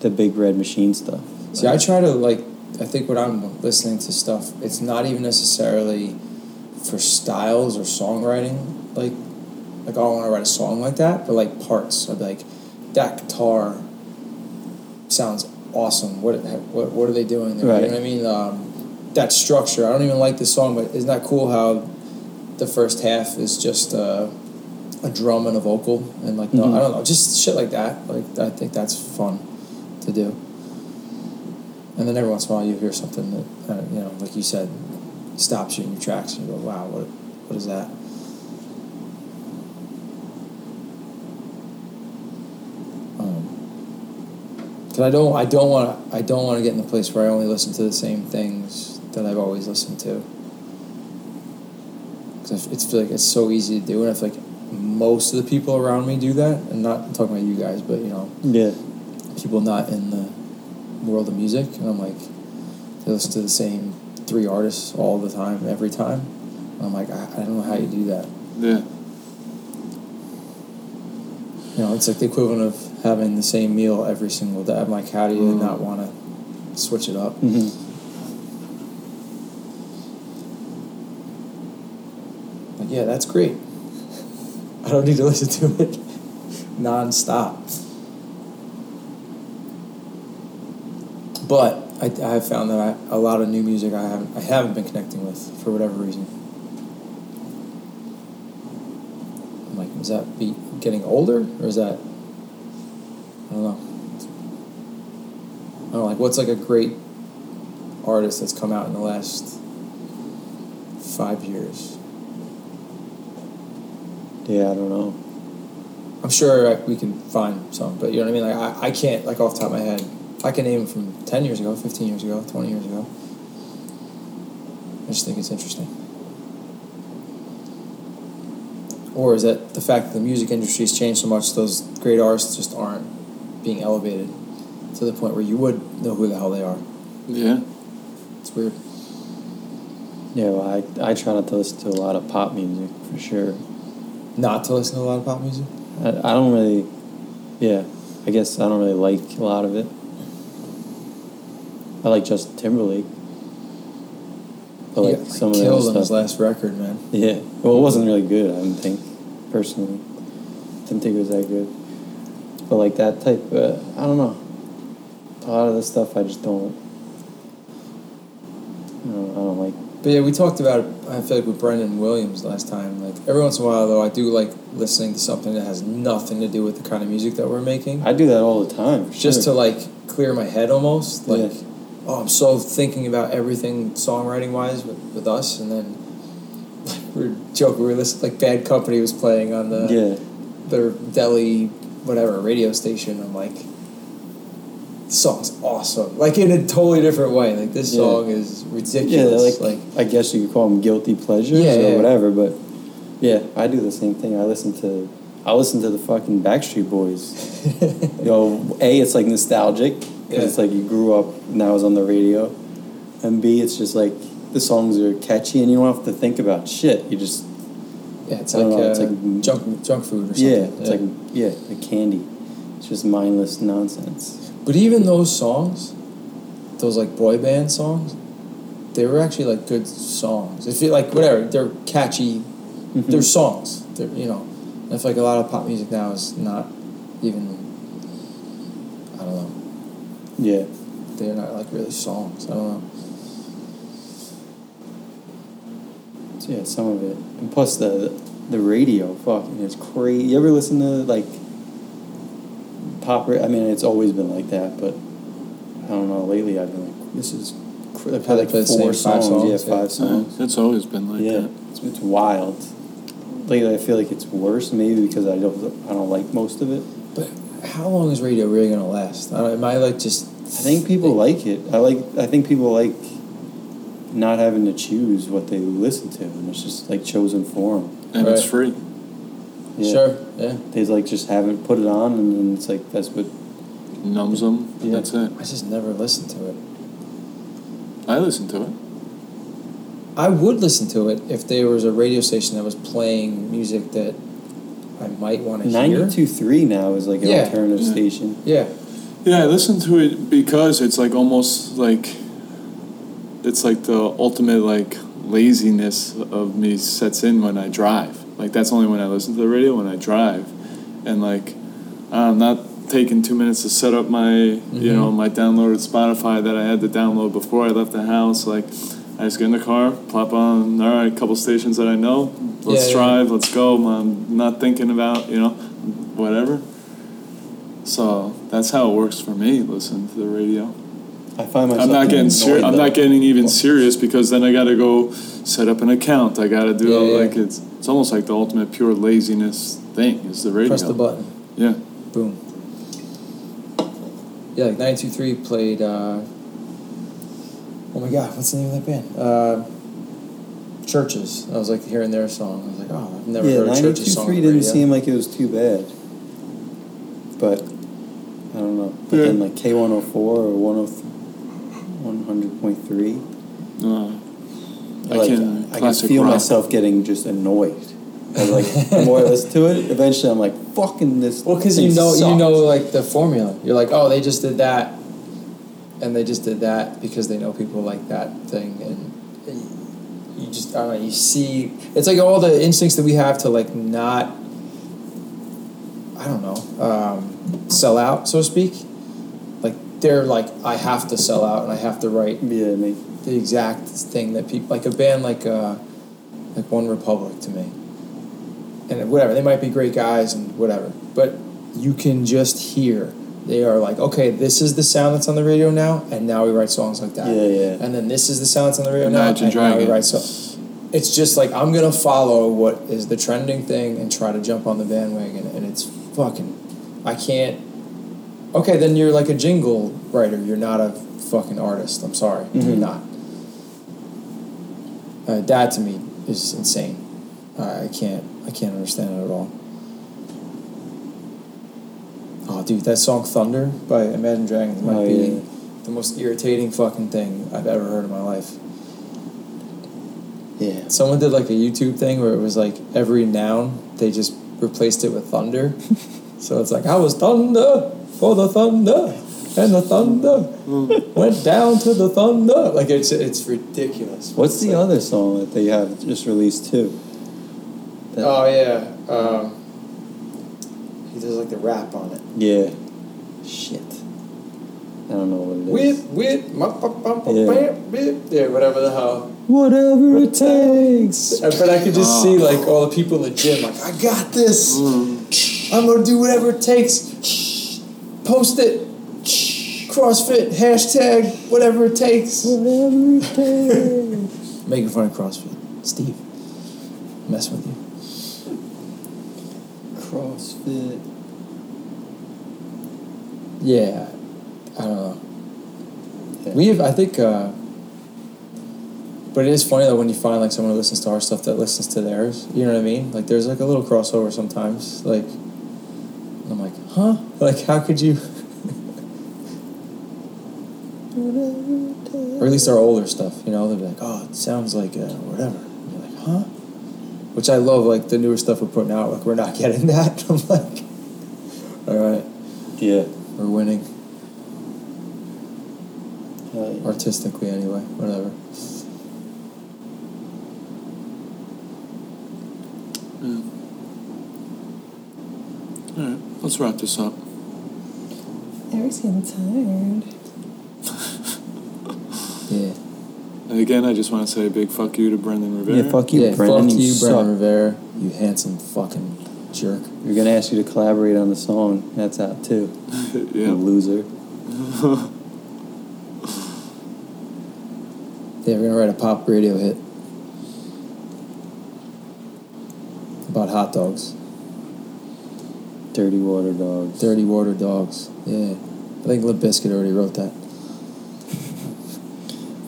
Speaker 2: the big red machine stuff.
Speaker 3: See, I try to like. I think when I'm listening to stuff, it's not even necessarily for styles or songwriting. Like, like I don't want to write a song like that, but like parts. I'd be like, that guitar sounds awesome. What what what are they doing there? You
Speaker 2: Right.
Speaker 3: know what I mean? Um, that structure. I don't even like the song, but isn't that cool? How the first half is just uh, a drum and a vocal, and like no, I don't know, just shit like that. Like I think that's fun to do. And then every once in a while you hear something that, uh, you know, like you said, stops you in your tracks and you go, wow, what, what is that? Um 'cause I don't, I don't want to, I don't want to get in the place where I only listen to the same things that I've always listened to. Because it's feel like it's so easy to do, and I feel like most of the people around me do that. And not I'm talking about you guys, but you know,
Speaker 2: Yeah,
Speaker 3: people not in the world of music, and I'm like, they listen to the same three artists all the time, every time. And I'm like, I, I don't know how you do that.
Speaker 4: Yeah.
Speaker 3: You know, it's like the equivalent of having the same meal every single day. I'm like, how do you not want to switch it up?
Speaker 2: Mm. Mm-hmm.
Speaker 3: Like, yeah, that's great. I don't need to listen to it non-stop. But I, I have found that I, a lot of new music I haven't I haven't been connecting with for whatever reason. I'm like, is that be getting older or is that I don't know. I don't know, like what's like a great artist that's come out in the last five years.
Speaker 2: yeah. I don't know.
Speaker 3: I'm sure I, we can find some, but you know what I mean. Like I, I can't like off the top of my head. I can name from ten years ago, fifteen years ago, twenty years ago. I just think it's interesting. Or is that the fact that the music industry has changed so much? Those great artists just aren't being elevated to the point where you would know who the hell they are.
Speaker 4: Yeah.
Speaker 3: It's weird.
Speaker 2: Yeah, well, I I try not to listen to a lot of pop music for sure.
Speaker 3: Not to listen to a lot of pop music.
Speaker 2: I, I don't really. Yeah, I guess I don't really like a lot of it. I like Justin Timberlake. But like
Speaker 3: he got
Speaker 2: some of
Speaker 3: killed
Speaker 2: that
Speaker 3: on his
Speaker 2: stuff.
Speaker 3: last record, man.
Speaker 2: Yeah. Well, it wasn't really good. I don't think personally. Didn't think it was that good. But like that type, uh, I don't know. A lot of the stuff I just don't. I don't, I don't like.
Speaker 3: But yeah, we talked about it. I feel like with Brendan Williams last time. Like every once in a while, though, I do like listening to something that has nothing to do with the kind of music that we're making.
Speaker 2: I do that all the time. For
Speaker 3: just
Speaker 2: sure.
Speaker 3: to like clear my head almost like
Speaker 2: Yeah.
Speaker 3: oh i'm so thinking about everything songwriting wise with, with us and then *laughs* we were joking we were listening like bad company was playing on the
Speaker 2: yeah.
Speaker 3: their deli whatever radio station i'm like this song's awesome like in a totally different way like this
Speaker 2: Yeah.
Speaker 3: song is
Speaker 2: Yeah,
Speaker 3: ridiculous
Speaker 2: like, I guess you could call them guilty pleasures
Speaker 3: Yeah,
Speaker 2: or
Speaker 3: yeah.
Speaker 2: whatever. But yeah, I do the same thing. I listen to, I listen to the fucking Backstreet Boys.
Speaker 3: *laughs*
Speaker 2: you know, a it's like nostalgic because
Speaker 3: Yeah.
Speaker 2: it's like you grew up and that was on the radio, and b it's just like the songs are catchy and you don't have to think about shit. You just
Speaker 3: yeah it's
Speaker 2: I
Speaker 3: like,
Speaker 2: don't
Speaker 3: uh,
Speaker 2: know, it's like-
Speaker 3: junk junk food or something
Speaker 2: yeah, it's like yeah, like candy. It's just mindless nonsense.
Speaker 3: But even those songs, those like boy band songs, they were actually like good songs. If you like whatever, they're catchy.
Speaker 2: Mm-hmm.
Speaker 3: They're songs. They're you know, and I feel like a lot of pop music now is not even. I don't know.
Speaker 2: Yeah,
Speaker 3: They're not like really songs. I don't know.
Speaker 2: so, yeah, some of it, and plus the the radio fucking is crazy. You ever listen to like pop? ra- I mean, it's always been like that, but I don't know. Lately, I've been like, this is. cr- They've had
Speaker 3: They
Speaker 2: like
Speaker 3: play
Speaker 2: four
Speaker 3: the same
Speaker 2: songs,
Speaker 3: five songs,
Speaker 2: yeah,
Speaker 3: yeah.
Speaker 2: five songs.
Speaker 4: It's always been like
Speaker 2: yeah,
Speaker 4: that.
Speaker 2: it's, it's wild. Lately, I feel like it's worse, maybe because I don't, I don't like most of it.
Speaker 3: But how long is radio really gonna last? I don't, am I like just?
Speaker 2: I think people like it. I like, I think people like not having to choose what they listen to, and it's just like chosen for them.
Speaker 4: And it's
Speaker 3: Right.
Speaker 4: free.
Speaker 2: Yeah.
Speaker 3: Sure. Yeah.
Speaker 2: They like just haven't put it on, and then it's like that's what.
Speaker 4: Numbs them.
Speaker 2: Yeah.
Speaker 4: That's it.
Speaker 3: I just never listened to it.
Speaker 4: I listen to it.
Speaker 3: I would listen to it if there was a radio station that was playing music that I might want to hear.
Speaker 2: Ninety-two three now is like an
Speaker 3: Yeah.
Speaker 2: alternative
Speaker 4: Yeah.
Speaker 2: station.
Speaker 3: Yeah,
Speaker 4: Yeah, I listen to it because it's like almost like it's like the ultimate like laziness of me sets in when I drive. Like that's only when I listen to the radio when I drive, and like I'm not taking two minutes to set up my you know my downloaded Spotify that I had to download before I left the house. Like I just get in the car, plop on all right, a couple stations that I know. Let's
Speaker 3: Yeah, yeah.
Speaker 4: drive. Let's go. I'm not thinking about you know whatever. So that's how it works for me. Listen to the radio.
Speaker 2: I find myself.
Speaker 4: I'm not getting
Speaker 2: annoyed
Speaker 4: ser- I'm
Speaker 2: though.
Speaker 4: not getting even serious because then I got to go set up an account. I got to do
Speaker 3: Yeah, yeah.
Speaker 4: like it's it's almost like the ultimate pure laziness thing is the radio.
Speaker 3: press the button,
Speaker 4: Yeah,
Speaker 3: boom. Yeah, like 923 played. Uh, oh my god, what's the name of that band? Uh, Churches. I was like hearing their song. I was like, oh, I've never
Speaker 2: yeah,
Speaker 3: heard a Churches song. on
Speaker 2: 92.3
Speaker 3: the
Speaker 2: didn't
Speaker 3: radio.
Speaker 2: seem like it was too bad. But, I don't know. But
Speaker 4: Yeah.
Speaker 2: then, like, K104 or 100.3,
Speaker 4: uh, I
Speaker 2: like,
Speaker 4: can
Speaker 2: I can
Speaker 4: classic
Speaker 2: feel
Speaker 4: rock.
Speaker 2: myself getting just annoyed. And, like, the
Speaker 3: *laughs*
Speaker 2: more I listen to it, eventually I'm like, fucking this.
Speaker 3: Well, because
Speaker 2: thing
Speaker 3: you know, you
Speaker 2: sucks.
Speaker 3: know, like the formula. You're like, oh, they just did that, and they just did that because they know people like that thing, and and you just, I don't know, you see, it's like all the instincts that we have to like not, I don't know, um, sell out, so to speak. Like they're like, I have to sell out, and I have to write
Speaker 2: Yeah, I mean,
Speaker 3: the exact thing that people like a band like uh, like One Republic to me, and whatever they might be great guys and whatever, but you can just hear they are like okay, this is the sound that's on the radio now, and now we write songs like that,
Speaker 2: Yeah, yeah.
Speaker 3: and then this is the sound that's on the radio now,
Speaker 4: Imagine
Speaker 3: and now we
Speaker 4: Dragon.
Speaker 3: write so. It's just like I'm gonna follow what is the trending thing and try to jump on the bandwagon, and it's fucking, I can't. Okay, then you're like a jingle writer. You're not a fucking artist. I'm sorry, you're not. Uh, that to me is insane. I I can't. I can't understand it at all. Oh, dude, that song "Thunder" by Imagine Dragons might
Speaker 2: Oh,
Speaker 3: be
Speaker 2: yeah.
Speaker 3: the most irritating fucking thing I've ever heard in my life.
Speaker 2: yeah.
Speaker 3: Someone did like a YouTube thing where it was like every noun they just
Speaker 2: *laughs*
Speaker 3: replaced it with thunder. so it's like I was thunder for the thunder. and the thunder
Speaker 2: *laughs*
Speaker 3: went down to the thunder. Like it's it's ridiculous.
Speaker 2: What's the other song that they have just released too? That-
Speaker 3: Oh yeah, um, he does like the rap on it.
Speaker 2: Yeah. Shit. I don't know what it is.
Speaker 3: Whip whip, ma- pa- pa- pa-
Speaker 2: Yeah.
Speaker 3: bam, whip. yeah, whatever the hell.
Speaker 2: Whatever it takes.
Speaker 3: Uh, But I could just see like all the people in the gym, like, I got this. I'm gonna do whatever it takes. Post it. CrossFit hashtag whatever it takes. Whatever it takes. Making fun of CrossFit, Steve. Mess with you.
Speaker 2: CrossFit.
Speaker 3: Yeah, I don't know.
Speaker 2: Yeah.
Speaker 3: We have, I think, uh, but it is funny though when you find like someone who listens to our stuff that listens to theirs. You know what I mean? Like there's like a little crossover sometimes. Like, and I'm like, huh? Like how could you? *laughs* or at least our older stuff. You know, they're like, oh, it sounds like uh, whatever. And you're like, huh? Which I love. Like the newer stuff we're putting out. Like we're not getting *laughs* that. I'm like, all right,
Speaker 2: Yeah.
Speaker 3: we're winning
Speaker 2: Hell yeah.
Speaker 3: artistically anyway whatever
Speaker 4: All right, let's wrap this up.
Speaker 6: Eric's getting tired.
Speaker 3: yeah
Speaker 4: And again, I just want to say a big fuck you to Brendan Rivera.
Speaker 2: Yeah, fuck you,
Speaker 3: yeah,
Speaker 2: Brendan.
Speaker 3: fuck
Speaker 2: you
Speaker 3: you
Speaker 2: suck.
Speaker 3: Brendan Rivera you handsome fucking jerk
Speaker 2: We're gonna ask you to collaborate on the song. That's out too. You
Speaker 4: *laughs* yeah.
Speaker 2: Loser.
Speaker 3: yeah we're gonna write a pop radio hit about hot dogs
Speaker 2: Dirty water dogs.
Speaker 3: dirty water dogs yeah I think Limp Bizkit already wrote that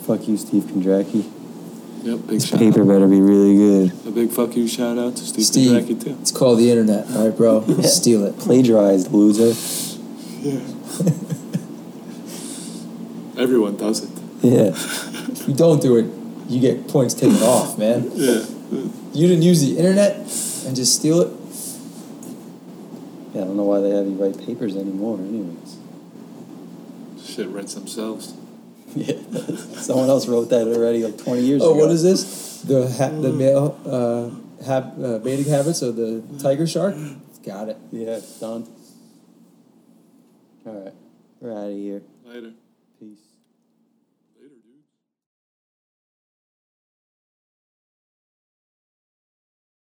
Speaker 2: Fuck you, Steve Kondracki.
Speaker 4: Yep, big
Speaker 2: This
Speaker 4: shout
Speaker 2: paper better be really good.
Speaker 4: out. A big fuck you shout out to Steve,
Speaker 3: Steve.
Speaker 4: Kondracki, too.
Speaker 3: it's called the internet alright
Speaker 2: *laughs*
Speaker 3: bro steal it
Speaker 2: Plagiarized, loser.
Speaker 4: Everyone does it.
Speaker 2: *laughs* Yeah.
Speaker 3: if you don't do it you get points taken off man
Speaker 4: Yeah.
Speaker 3: you didn't use the internet and just steal it
Speaker 2: Yeah, I don't know why they have you write papers anymore, anyways.
Speaker 4: Shit writes themselves.
Speaker 2: Yeah. Someone else wrote that already like 20 years
Speaker 3: Oh,
Speaker 2: ago.
Speaker 3: what is this? The ha-
Speaker 2: Mm.
Speaker 3: the male uh, hab- uh, mating habits of the tiger shark. Got it.
Speaker 2: Yeah, it's done. All right. We're out of here.
Speaker 4: Later.
Speaker 2: Peace.